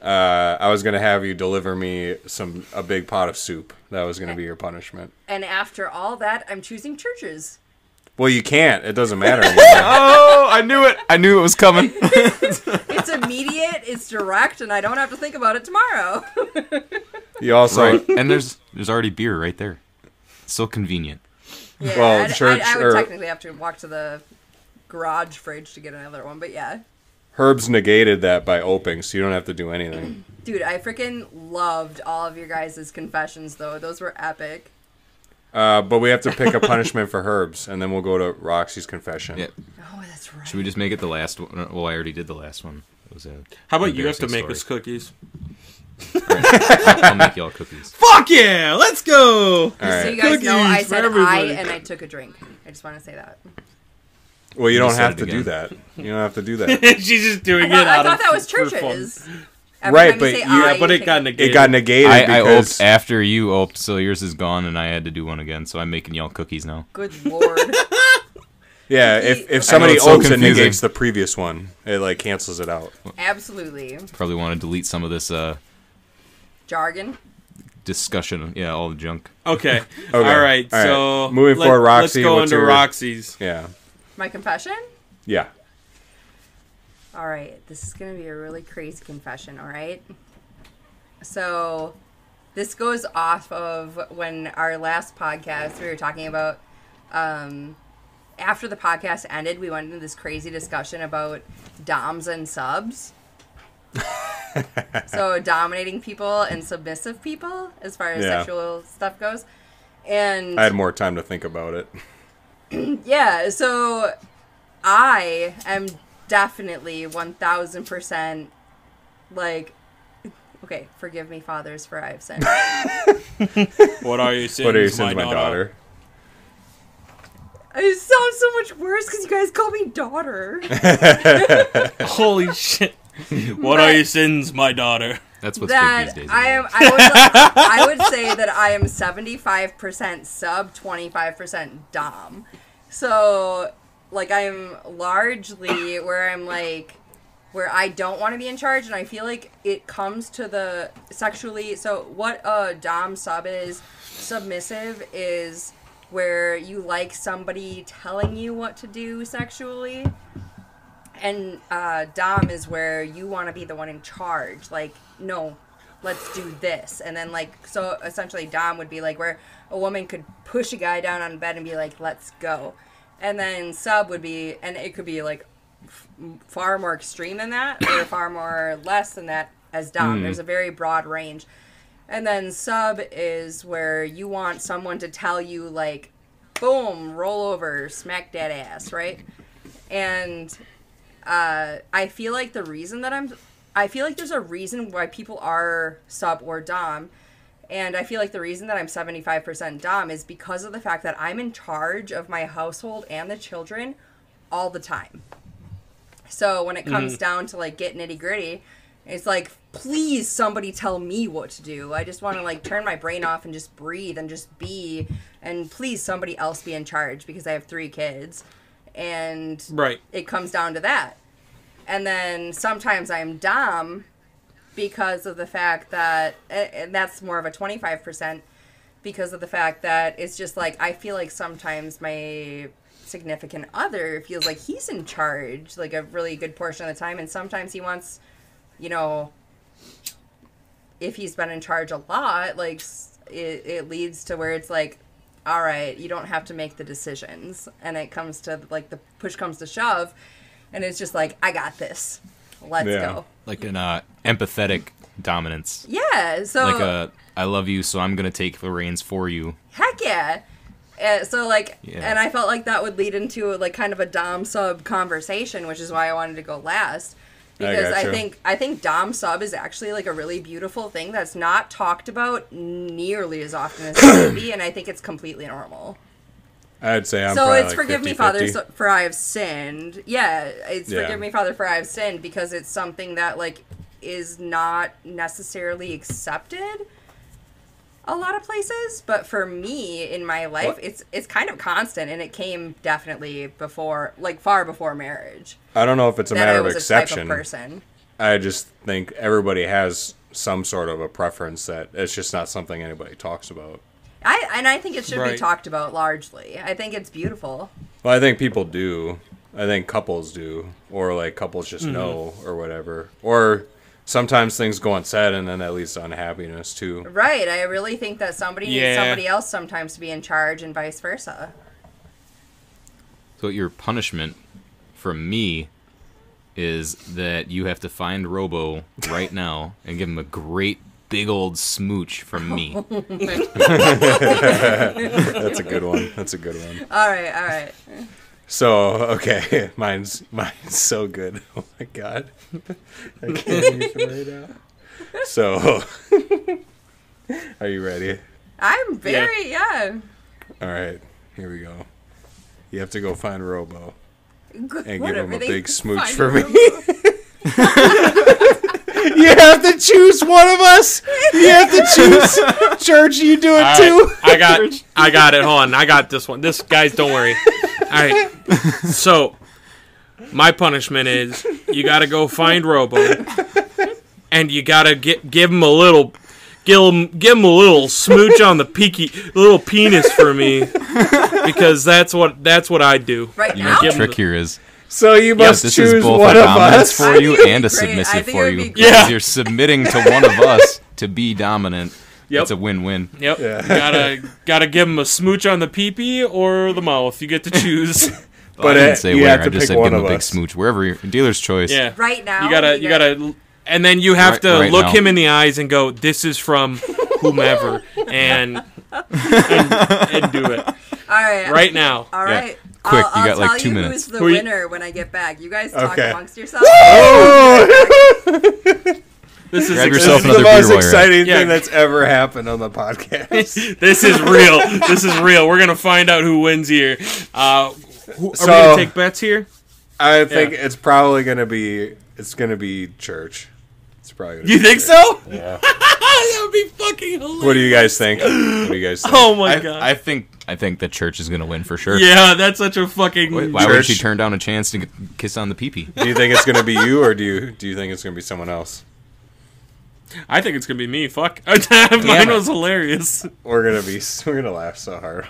uh, I was gonna have you deliver me some a big pot of soup. That was gonna be your punishment. And after all that, I'm choosing churches. Well, you can't. It doesn't matter. anymore. Oh, I knew it. I knew it was coming. It's immediate, it's direct, and I don't have to think about it tomorrow. you also right. And there's there's already beer right there. So convenient. yeah, Well, I'd- I'd- church I would or- technically have to walk to the garage fridge to get another one, but yeah. Herb's negated that by oping, so you don't have to do anything. Dude, I freaking loved all of your guys' confessions, though. Those were epic. Uh, but we have to pick a punishment for Herb's, and then we'll go to Roxy's confession. Yeah. Oh, that's right. Should we just make it the last one? Well, I already did the last one. It was a How about you have to embarrassing make story. us cookies? I'll make y'all cookies. Fuck yeah! Let's go! All So right. you guys know I Cookies for said I everybody. and I took a drink. I just want to say that. Well, you You don't said have it to do again. that. You don't have to do that. She's just doing I thought, it I out thought of that was for fun. churches. Right, time but say you- I, Yeah, but you it take got a- negated. It got negated I, I because oped after you oped, so yours is gone, and I had to do one again. So I'm making y'all cookies now. Good lord. yeah, He- if, I know, if somebody it's so opes, it confusing. negates the previous one. It like cancels it out. Absolutely. Probably want to delete some of this uh, Jargon. discussion. Yeah, all the junk. Okay. All right. All right. So Moving let- forward, let's Roxy, go what's into your- Roxy's. Yeah, My confession? yeah. All right, this is going to be a really crazy confession, all right? So, this goes off of when our last podcast we were talking about um after the podcast ended, we went into this crazy discussion about doms and subs. so, dominating people and submissive people as far as Yeah. sexual stuff goes. And I had more time to think about it. yeah, so I am definitely 1000% like okay, forgive me fathers for I've sinned. What are you saying? What are your sins, my daughter? I sound so much worse cuz you guys call me daughter. Holy shit. What But- are your sins, my daughter? That's what's big that these days. I am I would I would say that I am 75% sub, 25% dom. So like I'm largely where I'm like where I don't want to be in charge and I feel like it comes to the sexually so what a dom sub is submissive is where you like somebody telling you what to do sexually and uh, dom is where you want to be the one in charge like no let's do this and then like so essentially dom would be like where a woman could push a guy down on bed and be like let's go and then sub would be and it could be like f- far more extreme than that or far more less than that as dom there's a very broad range and then sub is where you want someone to tell you like boom roll over smack that ass right and uh, I feel like the reason that I'm, I feel like there's a reason why people are sub or dom, and I feel like the reason that I'm 75% dom is because of the fact that I'm in charge of my household and the children all the time. So when it comes down to like get nitty gritty, it's like please somebody tell me what to do. I just want to like turn my brain off and just breathe and just be, and please somebody else be in charge because I have three kids, and Right. it comes down to that. And then sometimes I'm dumb because of the fact that, a- and that's more of a 25%, because of the fact that it's just like, I feel like sometimes my significant other feels like he's in charge, like a really good portion of the time. And sometimes he wants, you know, if he's been in charge a lot, like, s- it, it leads to where it's like, all right, you don't have to make the decisions. And it comes to like the push comes to shove, and it's just like, I got this. Let's Yeah. go. like an uh, empathetic dominance. Yeah. So Like a I love you, so I'm gonna take the reins for you. heck yeah. Uh, so like, Yeah. and I felt like that would lead into like kind of a dom sub conversation, which is why I wanted to go last I because I, gotcha. think I think dom sub is actually like a really beautiful thing that's not talked about nearly as often as it should be, and I think it's completely normal. I'd say I'm. so probably it's like forgive me, 50-50. Father, so- for I have sinned. Yeah, it's Yeah. forgive me, Father, for I have sinned because it's something that like is not necessarily accepted a lot of places. But for me in my life, What? it's it's kind of constant, and it came definitely before, like far before marriage. I don't know if it's a That matter I of was a type exception. of person. I just think everybody has some sort of a preference that it's just not something anybody talks about. I and I think it should be Right. talked about largely. I think it's beautiful. Well, I think people do. I think couples do, or like couples just know, or whatever. Or sometimes things go unsaid, and then that leads to unhappiness too. Right. I really think that somebody needs Yeah. somebody else sometimes to be in charge and vice versa. So your punishment from me is that you have to find Robo right now and give him a great big old smooch from me. That's a good one. That's a good one. All right, all right. So okay, mine's mine's so good. Oh my god, I can't even right now. So, are you ready? I'm very yeah. All right, here we go. You have to go find Robo and give him Whatever a they big smooch find for me. him. you have to choose one of us. You have to choose. Church, you do it All right, I got I got it. Hold on. I got this one. This guys, don't worry. All right. So my punishment is you got to go find Robo, and you got to get give him a little. Give him, give him a little smooch on the peaky, little penis for me, because that's what that's what I do. Right You know now. what the Give him trick the- here is? So you Yes, must this is choose both one a of dominance us. for I you think and a it'd be great. I submissive think for it'd you. be great. Yeah. You're submitting to one of us to be dominant. Yep. It's a win-win. Yep, Yeah. gotta gotta give him a smooch on the peepee or the mouth. You get to choose. I But didn't uh, say you where. have I to just pick said give one him of a big us. smooch wherever your dealer's choice. Yeah, Right now. you gotta you gotta and then you have Right- to right look now. him in the eyes and go this is from whomever and and, and do it All right. right now All right. Quick, I'll, you I'll got, like, tell two you minutes. Who's the Who you- winner when I get back? You guys talk Okay. amongst yourselves. Oh! this is Grab ex- yourself This is the another most beer wire. exciting Yeah. thing that's ever happened on the podcast. this is real this is real we're gonna find out who wins here uh who, are we So- gonna take bets here I think it's probably gonna be it's gonna be church. It's probably. Gonna you be think church. so Yeah. that would be fucking hilarious What do you guys think? What do you guys think? oh my I, god I think I think the church is gonna win for sure. yeah that's such a fucking Why why would she Church. turn down a chance to g- kiss on the pee-pee? Do you think it's gonna be you, or do you do you think it's gonna be someone else? I think it's gonna be me fuck it. mine was hilarious We're gonna be we're gonna laugh so hard.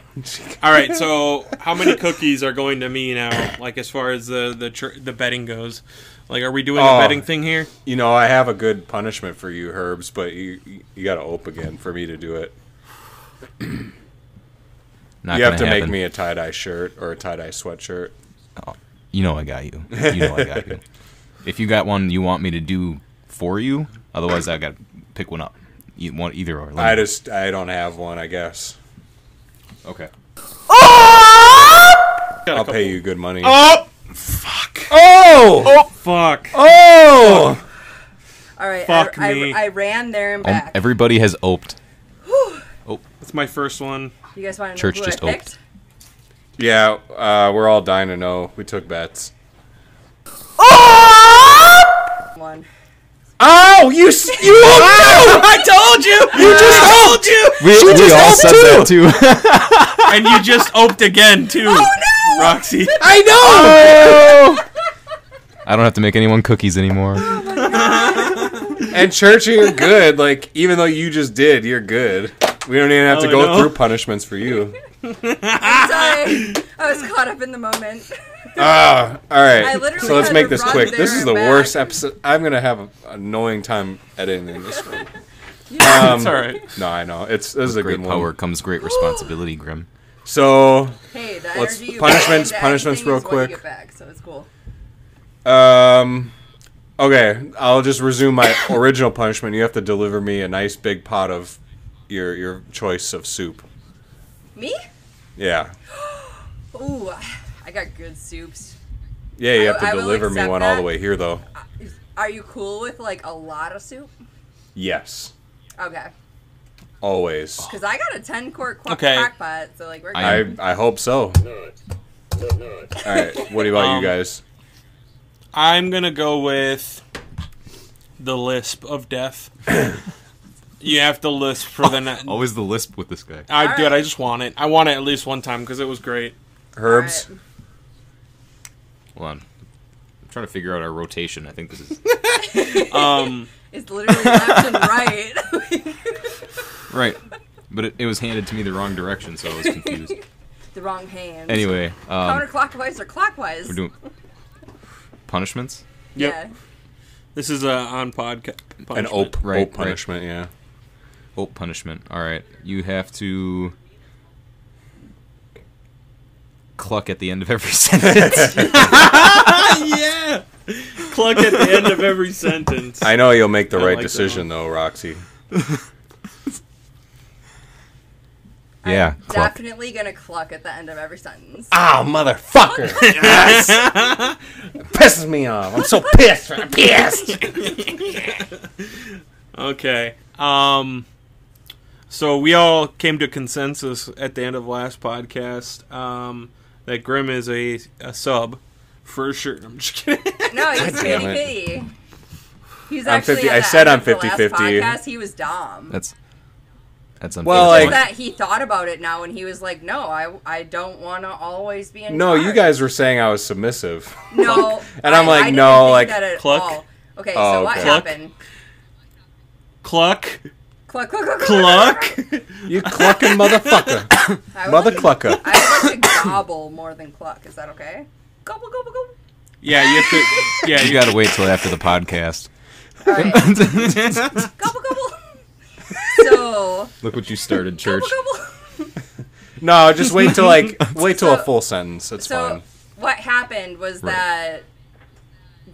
All right, so how many cookies are going to me now? Like as far as the the tr- the betting goes, like are we doing Oh. the betting thing here? You know, I have a good punishment for you, Herbs, but you you got to ope again for me to do it. Not you have to gonna make happen. me a tie dye shirt or a tie dye sweatshirt. You know I got you. You know I got you. If you got one you want me to do for you, otherwise I got to pick one up. You want either or. I just I don't have one. I guess okay. Got a I'll couple. pay you good money. Oh, Oh oh, fuck! oh! All right. Fuck I, I- me. I, ran there and Um, back. everybody has oped. That's my first one. you guys want to know Church who just I picked? oped. Yeah, uh, we're all dying to know. We took bets. One. Oh, you you I told you, you just told you, We, we all said that too. and you just oped again too, Oh, Roxy. I know. I don't have to make anyone cookies anymore. Uh, and Church, you're good. Like even though you just did, you're good. We don't even have to Oh, go no. through punishments for you. Sorry. I was caught up in the moment. Ah, all right. I literally so let's had make to this run quick. there This is and the back. worst episode. I'm gonna have an annoying time editing this one. Um, it's all right. No, I know. It's this is a Great good power one. comes great responsibility, Grim. So, Hey, the Let's- energy you punishments- put into punishments anything real is what you quick. get back, so it's cool. um, okay, I'll just resume my original punishment. You have to deliver me a nice big pot of your your choice of soup. Me? Yeah, Ooh, I got good soups. yeah. You have to I will deliver me accept one all the that. way here, though. Are you cool with like a lot of soup? Yes, Okay, always. because I got a ten quart qu- Okay. crock pot, so like we're I- good. I I hope so. All right. What about Um, you guys? I'm gonna go with the lisp of death. you have to lisp for the night. Always the lisp with this guy. I dude, Alright. I just want it. I want it at least one time because it was great. Herbs. All right. Hold on. I'm trying to figure out our rotation. I think this is Um, It's literally left and right. Right. But it, it was handed to me the wrong direction, so I was confused. the wrong hand. Anyway, um, Counterclockwise or clockwise? we're doing punishments. yep. Yeah. This is uh, on podca- podcast. An ope, Right, ope right. punishment, yeah. Oh, punishment. All right, you have to cluck at the end of every sentence. yeah. Cluck at the end of every sentence. I know you'll make the I right like that decision, though, Roxy. yeah, I'm cluck. Definitely gonna cluck at the end of every sentence. Ah, motherfucker! pisses me off. I'm so pissed. I'm pissed. Okay. Um so we all came to consensus at the end of last podcast um that Grim is a, a sub for sure. I'm just kidding. No, he's damn 50 it. 50. He's I'm actually 50 at I the said I'm end of the last 50-50. Podcast, he was Dom. That's that's unfair. Well, Just like- that he thought about it now and he was like, no, I, I don't want to always be in No, you charge." guys were saying I was submissive. No. And I'm I- like, I didn't no, think like- that at Cluck. all. Okay, Oh, so what okay. Cluck. happened? Cluck. Cluck, cluck, cluck, Cluck. You clucking motherfucker, I would mother like- clucker. I would like to gobble more than cluck. Is that okay? Gobble, gobble, gobble. Yeah, you have to Yeah, you you gotta wait till after the podcast. All right. gobble, gobble. So, Look what you started, church. gobble, gobble. No, just wait till like wait till So- a full sentence. It's So fine. what happened was Right. that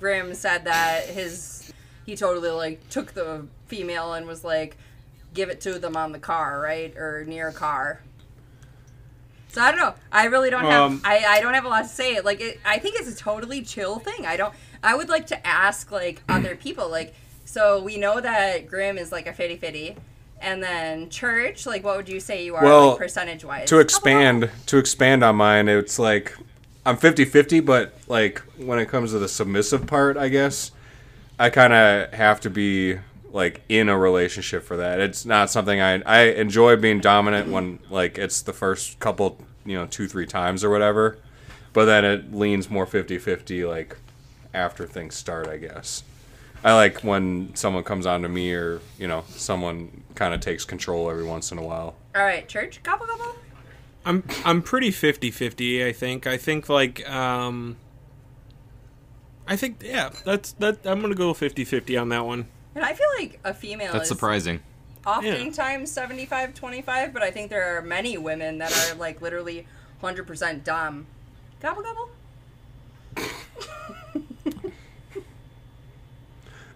Grimm said that his he totally like took the female and was like give it to them on the car, right? Or near a car. So I don't know. I really don't have Um, I, I don't have a lot to say. Like it, I think it's a totally chill thing. I don't I would like to ask like other people like so we know that Grimm is like a fitty fitty and then church like what would you say you are Well, like percentage wise? to expand to expand on mine it's like i'm 50-50 but like when it comes to the submissive part i guess i kind of have to be like in a relationship for that it's not something i i enjoy being dominant when like it's the first couple you know two three times or whatever but then it leans more 50-50 like after things start i guess i like when someone comes on to me or you know someone kind of takes control every once in a while All right, church gobble gobble. I'm I'm pretty 50-50, I think. I think like um I think yeah, that's that I'm going to go 50-50 on that one. And I feel like a female That's is surprising. oftentimes 75 25, but I think there are many women that are like literally 100% dumb. Gobble gobble.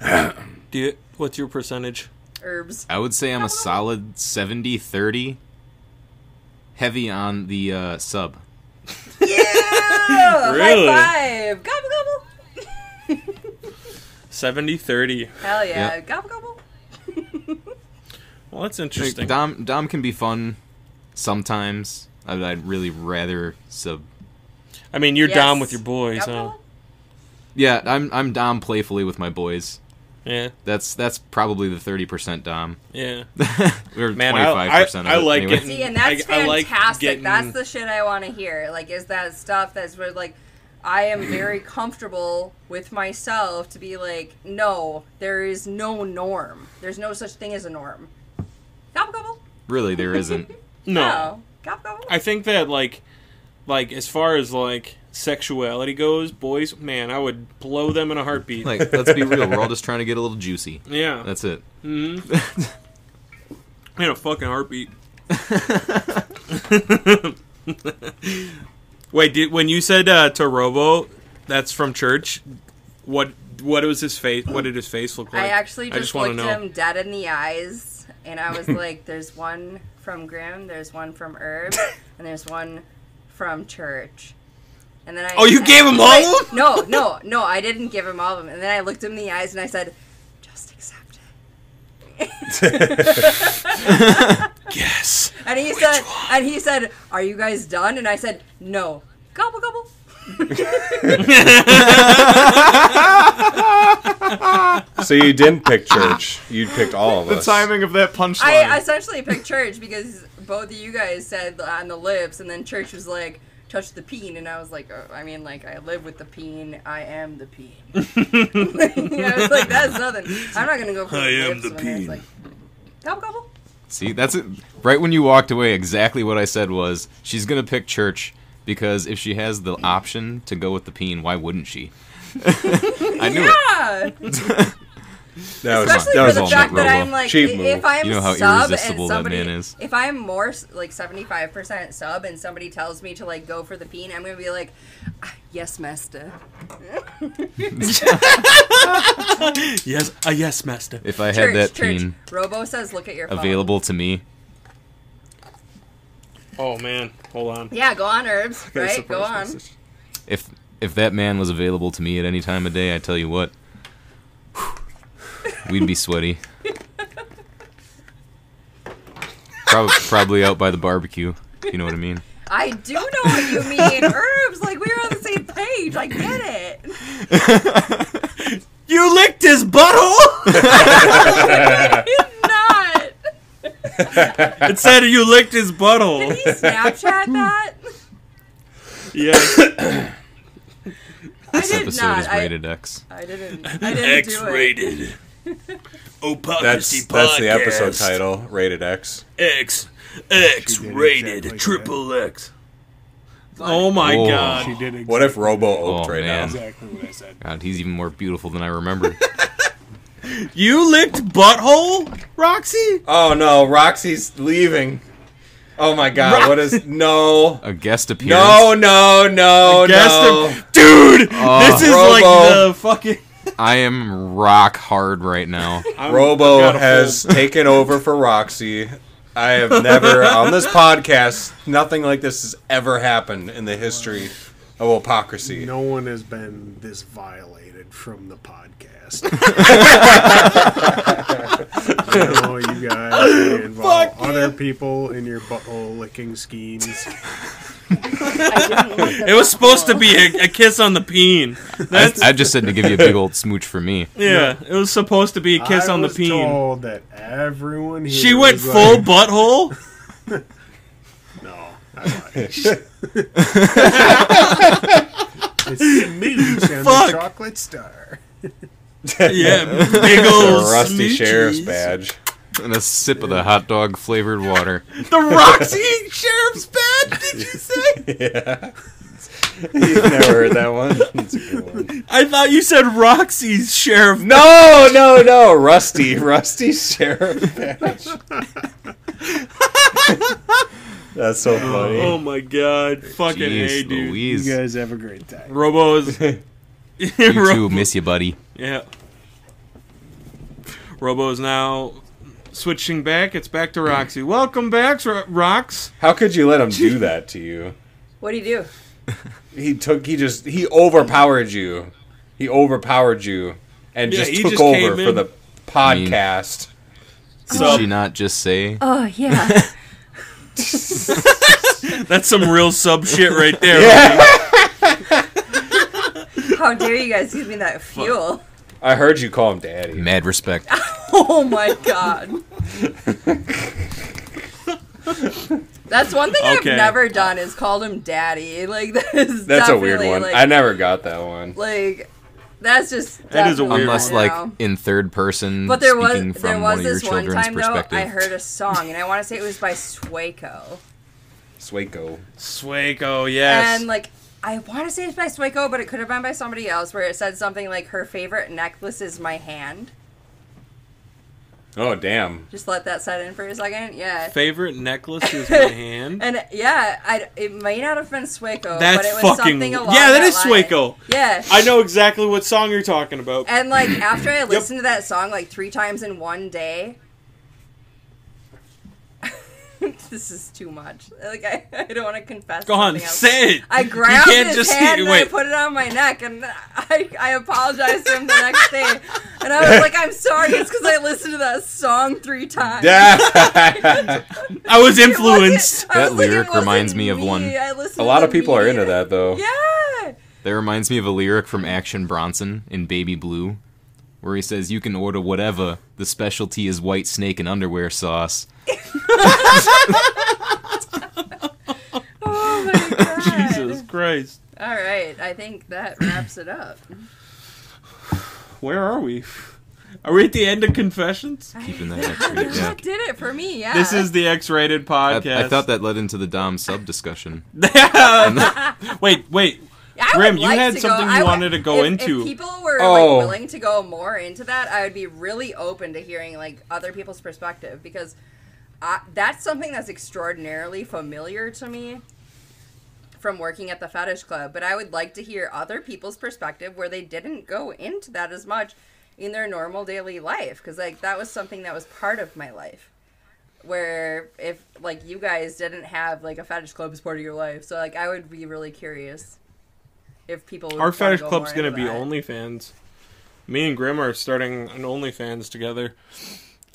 Do you, what's your percentage? Herbs. I would say I'm a solid 70-30, heavy on the uh, sub. Yeah! Really? High five! Gobble gobble! 70-30. Hell yeah. Yep. Gobble gobble. Well, that's Like, interesting. Dom Dom can be fun sometimes. I'd, I'd really rather sub. I mean, you're Yes. down with your boys, Gobble, huh? gobble. Yeah, I'm I'm Dom playfully with my boys. Yeah, That's that's probably the thirty percent Dom. yeah. or Man, I- twenty five percent. I- I like anyway. getting- See, and that's Mm-hmm. I- I like fantastic. getting- That's the shit I want to hear. Like, is that stuff that's where, like, I am very comfortable with myself to be like, no, there is no norm. There's no such thing as a norm. Gobble gobble. Really, there isn't. No, Oh. Gobble gobble. I think that like, like as far as like sexuality goes, boys, man, I would blow them in a heartbeat. Like, let's be real. We're all just trying to get a little juicy. yeah, That's it. in a fucking heartbeat. Wait, did when you said uh, to Robo, that's from church. What what was his face? What did his face look like? I actually just, wanna looked him dead in the eyes, and I was like, "There's one from Grim, there's one from Herb, and there's one from Church." And then I Oh, you gave him all I- of 'em? No, no, no! I didn't give him all of them. And then I looked him in the eyes and I said, "Just accept it." Yes. And he said, "And he said, are you guys done?" And I said, "No." Gobble gobble. So you didn't pick church. You picked all of us. of that punchline. I essentially picked Church because both of you guys said on the lips, and then Church was like, touched the peen, and I was like, oh, I mean, like I live with the peen. I am the peen. I was like, that's nothing. I'm not gonna go for. I am lips the when there's, peen. Like, gobble gobble. See, that's it. Right when you walked away, exactly what I said was she's gonna pick church because if she has the option to go with the peen, why wouldn't she? I knew it. Yeah. That was Especially that was for the all almost fact Mick that Robo. I'm like, Cheap i- move. if I'm You know how sub irresistible and that somebody, man is. if I'm more s- like 75% sub and somebody tells me to like go for the peen, I'm gonna be like, "Ah, yes, master. Yes, a yes, master. If I had Church, that church. peen Robo says, look at your phone. available to me, Oh man, hold on. Yeah, go on, herbs. Right, go on. if if that man was available to me at any time of day, I tell you what, whew, we'd be sweaty. Prob- probably out by the barbecue. if You know what I mean? I do know what you mean, herbs. Like we were on the same page. I get it. You licked his butthole. He's not. it said you licked his Did butthole. he Snapchat that? Yeah. I This did episode not. is I- rated X. I, didn't. I didn't do it. Oh, That's that's the episode title, rated X. X, X X-rated, exactly triple X. Oh my Oh. She god! did exactly, What if Robo oped Oh, right man. now? exactly what I said. God, he's even more beautiful than I remembered. You licked butthole, Roxy. Oh no, Roxy's leaving. Oh my god, what is no A guest appearance. no no no Guess no the- dude. Uh, this is Robo. like the fucking. I am rock hard right now. Robo I've got a has taken over for Roxy. I have never on this podcast nothing like this has ever happened in the history of hypocrisy. No one has been this violated from the podcast. you know, you guys you involve Fuck other people in your butthole licking schemes. It was supposed to be a, a kiss on the peen. I, That's I just said to give you a big old smooch for me. yeah. It was supposed to be a kiss I on the was peen. Told that everyone here She went was full Like, butthole. no, I lied. it's me, and the Fuck. chocolate star. Yeah, big old A rusty smoochies. sheriff's badge. And a sip of the hot dog flavored water. The Roxy sheriff's badge. Did you say? Yeah. You've never heard that one. It's a good one. I thought you said Roxy's sheriff. No, no, no. Rusty. Rusty Sheriff Badge. That's so funny. Oh my god! Fucking hey, Jeez dude. Louise. You You guys have a great time. Robo's. too, miss you, buddy. Yeah. Robo's now switching back. It's back to Roxy. Welcome back, Ro- Rox. How could you let him do that to you? What do you do? He took. He just. He overpowered you. He overpowered you, and Yeah, just he took just over came for in. the podcast. Did So- she not just say? Oh yeah. That's some real sub shit right there. yeah. How dare you guys give me that fuel? I heard you call him daddy. Mad respect. Oh my god. That's one thing Okay. I've never done is called him daddy. Like that is That's a definitely, weird one. Like, I never got that one. like that's just That is a definitely, weird Unless, you like, know. in third person, But there was speaking from there one was of your this one children's time though perspective. I heard a song and I want to say it was by Swaco Swaco. Swaco, yes. and like I want to say it's by Swaco but it could have been by somebody else where it said something like her favorite necklace is my hand. Oh damn. Just let that set in for a second. Yeah. Favorite necklace is my hand. And yeah, I, it may not have been Swaco, but That's it was fucking- something along yeah, that that is line. Swaco. Yeah. I know exactly what song you're talking about. and like after I listened to that song like three times in one day, this is too much. Like I, I don't want to confess. Go on, something else. say it. I grabbed can't his just- hand and I wait. put it on my neck, and I, I apologized to him the next day. And I was like, I'm sorry, it's because I listened to that song three times. Yeah. I was It wasn't- influenced. I That was like, it lyric wasn't reminds me of one. I a listened lot to of people are into me. that though. Yeah. That reminds me of a lyric from Action Bronson in Baby Blue, where he says, "You can order whatever. The specialty is white snake and underwear sauce." Oh my god. Christ. All right, I think that wraps it up. Where are we? Are we at the end of confessions? Keeping that X-rated. Yeah. That did it for me. Yeah. This is the X-rated podcast. I, I thought that led into the Dom sub discussion. wait, wait. I would Graham, you like had to something go- you I would- wanted to go if- into. If people were Oh. like willing to go more into that, I would be really open to hearing like other people's perspective because I, that's something that's extraordinarily familiar to me from working at the fetish club. But I would like to hear other people's perspective where they didn't go into that as much in their normal daily life because like that was something that was part of my life where if like you guys didn't have like a fetish club as part of your life so like i would be really curious if people would Our wanna fetish go club's more gonna into be that. OnlyFans. Me and Grim are starting an OnlyFans together.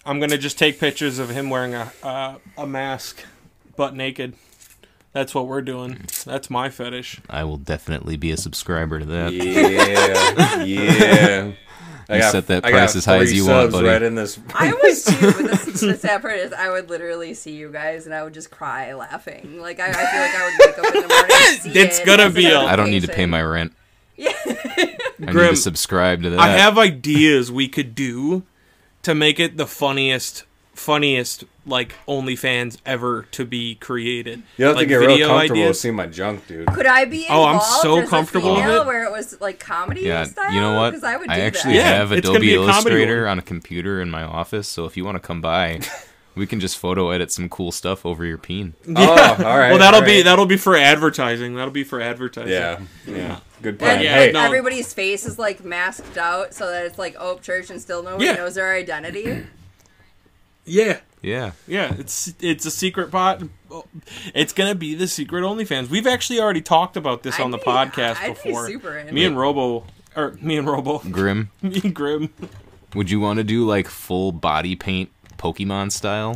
I'm gonna just take pictures of him wearing a uh, a mask, butt naked. That's what we're doing. That's my fetish. I will definitely be a subscriber to that. Yeah, yeah. I You got- set that I got price as high as three you want, subs buddy. Right in this. i would too but the, the sad part is i would literally see you guys and i would just cry laughing like i, I feel like i would wake up in the morning and see It's it, gonna and be it's a- like I don't need to pay amazing. my rent. I need Grim, to subscribe to that. I have ideas we could do to make it the funniest, funniest like OnlyFans ever to be created. You have like to get real video comfortable ideas. seeing my junk, dude. could I be Oh, I'm involved so as a comfortable with female it. Where it was like comedy Yeah, style. you know what? 'Cause I would do I actually that. Yeah, have it's gonna Adobe be a comedy Illustrator one. on a computer in my office, so if you want to come by, we can just photo edit some cool stuff over your peen. Oh, all right. well, that'll all be right. that'll be for advertising. That'll be for advertising. Yeah, yeah. Good And plan. Yeah, hey, no. everybody's face is like masked out so that it's like Oak Church and still nobody Yeah. knows their identity. yeah. Yeah. Yeah, it's it's a secret pot. It's gonna be the secret OnlyFans. We've actually already talked about this on I'd the be- podcast I'd be before. super into me and it. Robo, or me and Robo, Grim, me and Grim. would you want to do like full body paint Pokemon style?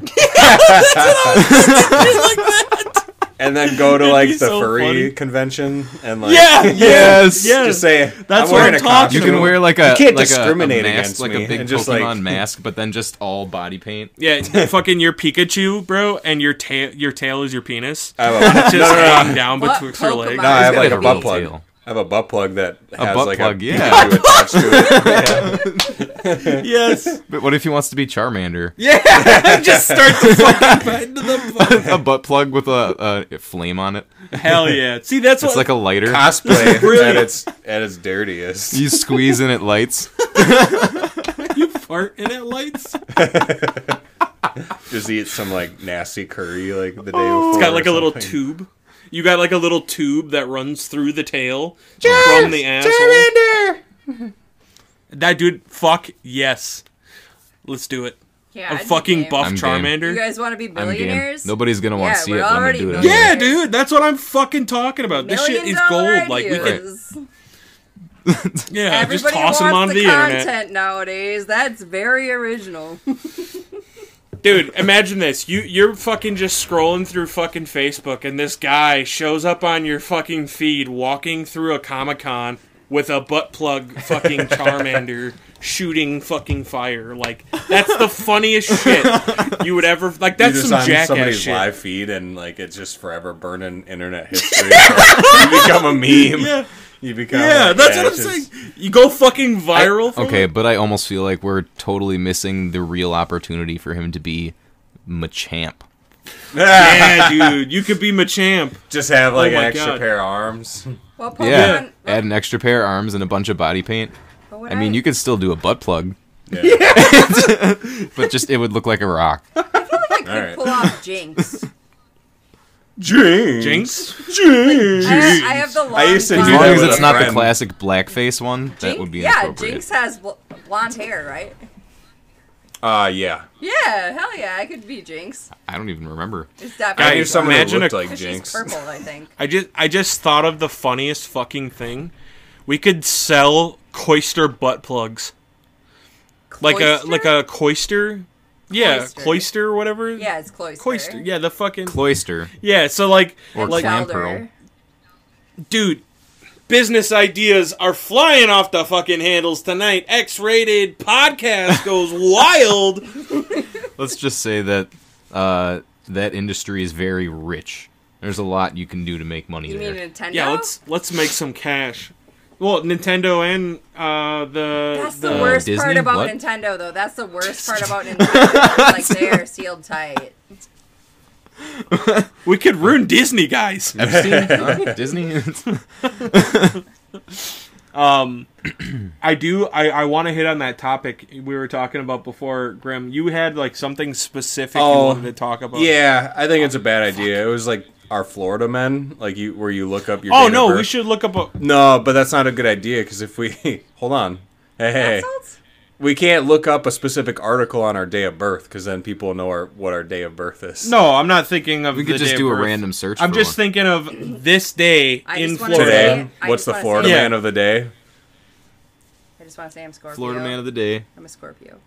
and then go to like be the so furry funny. convention and like Yeah, Yes! yes. just say That's I'm what wearing I'm a talking You costume. can wear like a You can't like a- discriminate a, mask, against like me a big and just, Pokemon like- mask, but then just all body paint. Yeah, fucking your Pikachu, bro, and your tail your tail is your penis. I have a, Just no, no, no, hanging down What betwixt your legs. Pokemon? No, I have He's like got a a butt real plug. tail. I have a butt plug that has butt like plug, a yeah. Pikachu attached to it. Yes. But what if he wants to be Charmander? Yeah. Just start the fucking bend of the a butt plug with a, a flame on it. Hell yeah. See, that's It's what like a lighter. Cosplay at Brilliant. its at its dirtiest. You squeeze and it lights. you fart and it lights. It's Just eat some like nasty curry like the day before. Oh. got like or a little something. tube. You got like a little tube that runs through the tail from the asshole. That dude, fuck yes. Let's do it. Yeah, A I'd be fucking game. buff I'm game. Charmander. You guys want to be I'm game. billionaires? Nobody's gonna want Yeah, to see we're it, but I'm gonna already do it. millionaires. anyway. yeah, dude, that's what I'm fucking talking about. This shit Million is dollar gold. Like we can, ideas. yeah, Everybody just toss them wants onto the, the, content internet, nowadays. That's very original. dude. Imagine this: you you're fucking just scrolling through fucking Facebook, and this guy shows up on your fucking feed, walking through a comic con with a butt plug, fucking Charmander. Shooting fucking fire, like that's the funniest shit you would ever like. You're That's just some on jackass somebody's shit. live feed and like it's just forever burning internet history. you become a meme. Yeah, You become yeah, like, that's what I'm it's just- saying. You go fucking viral. from Okay, it. but I almost feel like we're totally missing the real opportunity for him to be Machamp. yeah, dude, you could be Machamp. Just have like Oh an my extra God. pair of arms. Well, Pokemon, Yeah. Add an extra pair of arms and a bunch of body paint. but when I mean, you could still do a butt plug, Yeah. but just it would look like a rock. I could All right. pull off Jinx. Jinx. Jinx. I, have, I have the long. I used to do As that blonde- long as with it's a not the friend. classic blackface one, that Jinx- would be yeah. inappropriate. Jinx has bl- blonde hair, right? Uh yeah. Yeah, hell yeah, I could be Jinx. I don't even remember. It's I definitely knew Guys, someone who imagine looked a- like 'Cause Jinx. she's purple, I think. I just I just thought of the funniest fucking thing. We could sell coister butt plugs. Like Cloyster? a like a coister. Yeah, Cloister. cloister, or whatever. yeah, it's cloister. Cloister. Yeah, the fucking Cloister. Yeah, so like Or like clam Felder. pearl. dude, business ideas are flying off the fucking handles tonight. X-rated podcast goes wild. Let's just say that uh, that industry is very rich. There's a lot you can do to make money You there. mean Nintendo? Yeah, let's let's make some cash. Well, Nintendo and uh, the That's the, Uh, worst part Disney? about What? Nintendo, though. That's the worst part about Nintendo. is, like they are sealed tight. We could ruin Disney, guys. Epstein? Huh? Disney? Um, I do. I, I want to hit on that topic we were talking about before, Grim. You had like something specific you Oh, wanted to talk about. Yeah, I think it's a bad idea. It was like our Florida men, like you, where you look up your. Oh date of no, we birth. should look up a. No, but that's not a good idea because if we hold on, hey, hey, Insults? we can't look up a specific article on our day of birth because then people know our what our day of birth is. No, I'm not thinking of. We could the day just of do a birth. random search. I'm for just one. thinking of this day I in just wanna Florida. say- today, I what's just the wanna Florida say- man of the day? I just want to say I'm Scorpio. Florida man of the day. I'm a Scorpio.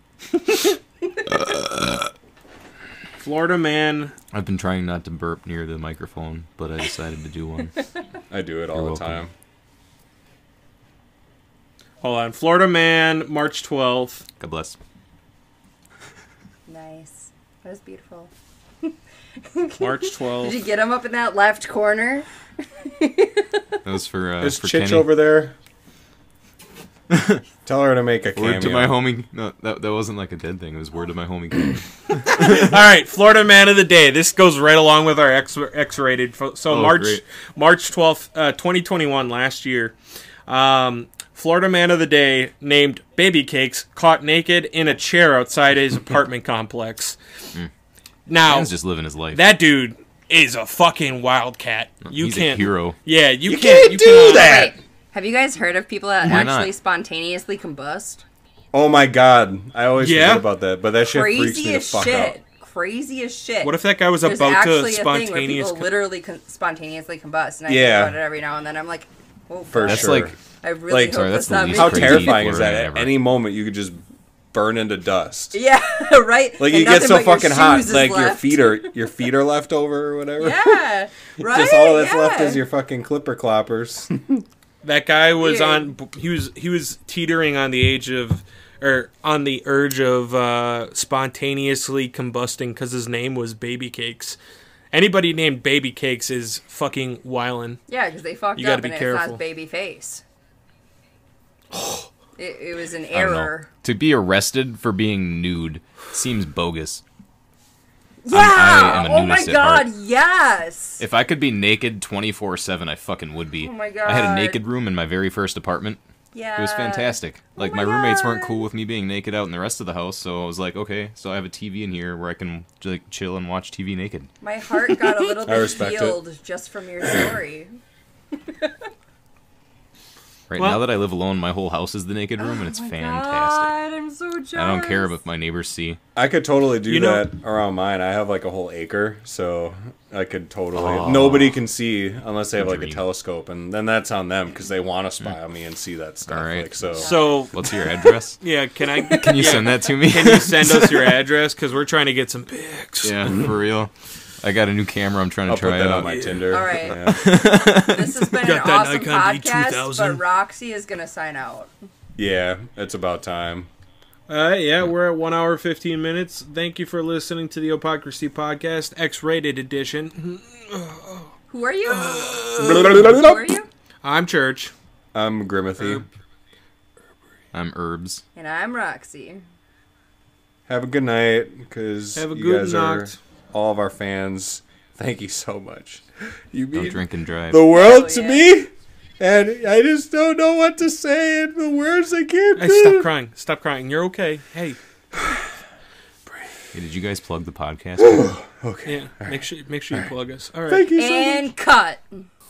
Florida man. I've been trying not to burp near the microphone, but I decided to do one. I do it all You're the welcome. time. Hold on, Florida man, March 12th. God bless. Nice. That was beautiful. March Did 12th. you get him up in that left corner? That was for uh, Is for Chitch Kenny. over there? Tell her to make a cameo. Word to my homie. No, that, that wasn't like a dead thing. It was word to my homie. Kenny. All right, Florida man of the day. This goes right along with our X X rated. So March Oh, great. March 12th, uh, 2021, last year. Um, Florida man of the day named Baby Cakes caught naked in a chair outside his apartment complex. Now Mm. Man's just living his life. that dude is a fucking wildcat. You He's can't a hero. Yeah, you, You can't, can't you do cannot- that. Wait, have you guys heard of people that Why not? actually spontaneously combust? Oh my god, I always Yeah? forget about that, but that shit freaks Crazy me the as fuck shit. out. Crazy as shit. What if that guy was There's about to actually a thing where spontaneous? people literally con- spontaneously combust, and I Yeah. think about it every now and then. I'm like, oh, For fuck. That's sure. like I really like- hope Sorry, that's that's the not least me. How crazy terrifying is Florida that? ever. At any moment, you could just burn into dust. Yeah, right. Like And you get nothing so but your fucking hot, shoes is like your left. feet are your feet are left over or whatever. Yeah, right. Just all that's yeah. left is your fucking clipper cloppers. That guy was Weird. on. He was he was teetering on the age of, or on the urge of uh, spontaneously combusting because his name was Baby Cakes. Anybody named Baby Cakes is fucking wildin'. Yeah, because they fucked You gotta up be and it's careful. not baby face. It, it was an I don't know. error. To be arrested for being nude seems bogus. Yeah. I am a oh my nudist at heart. god. Yes. If I could be naked 24 7, I fucking would be. Oh my I had a God. naked room in my very first apartment. yeah. It was fantastic. Like, Uh, oh my my, roommates weren't God. cool with me being naked out in the rest of the house, so I was like, okay, so I have a TV in here where I can, like, chill and watch TV naked. My heart got a little I bit respect it. healed just from your story. Right Well- now that I live alone, my whole house is the naked room, and it's Oh my fantastic. God, I'm so jealous. I don't care if my neighbors see. I could totally do You know- that around mine. I have like a whole acre, so I could totally. Nobody can see unless they have like Dream. a telescope, and then that's on them because they want to spy on me and see that stuff. Alright. Like, so, So What's your address? yeah, can I? Can you send that to me? Can you send us your address? Because we're trying to get some pics. yeah, for real. I got a new camera I'm trying to I'll put try that it on out. my Tinder. All right. Yeah. This has been an Got that awesome Nikon podcast, D2000. but Roxy is gonna sign out. Yeah, it's about time. Uh, yeah, we're at one hour fifteen minutes. Thank you for listening to the Opocrisy Podcast X-rated edition. Who are you? Who are you? I'm Church. I'm Grimothy. I'm Herbs. And I'm Roxy. Have a good night, because Have a you good guys night. are all of our fans. Thank you so much. You Don't mean drink and drive. the world to yeah. me, and I just don't know what to say, and the words I can't. Hey, stop crying. Stop crying. You're okay. Hey, Hey, did you guys plug the podcast? yeah. Make sure make sure you plug us. All right. Thank you so much. And cut.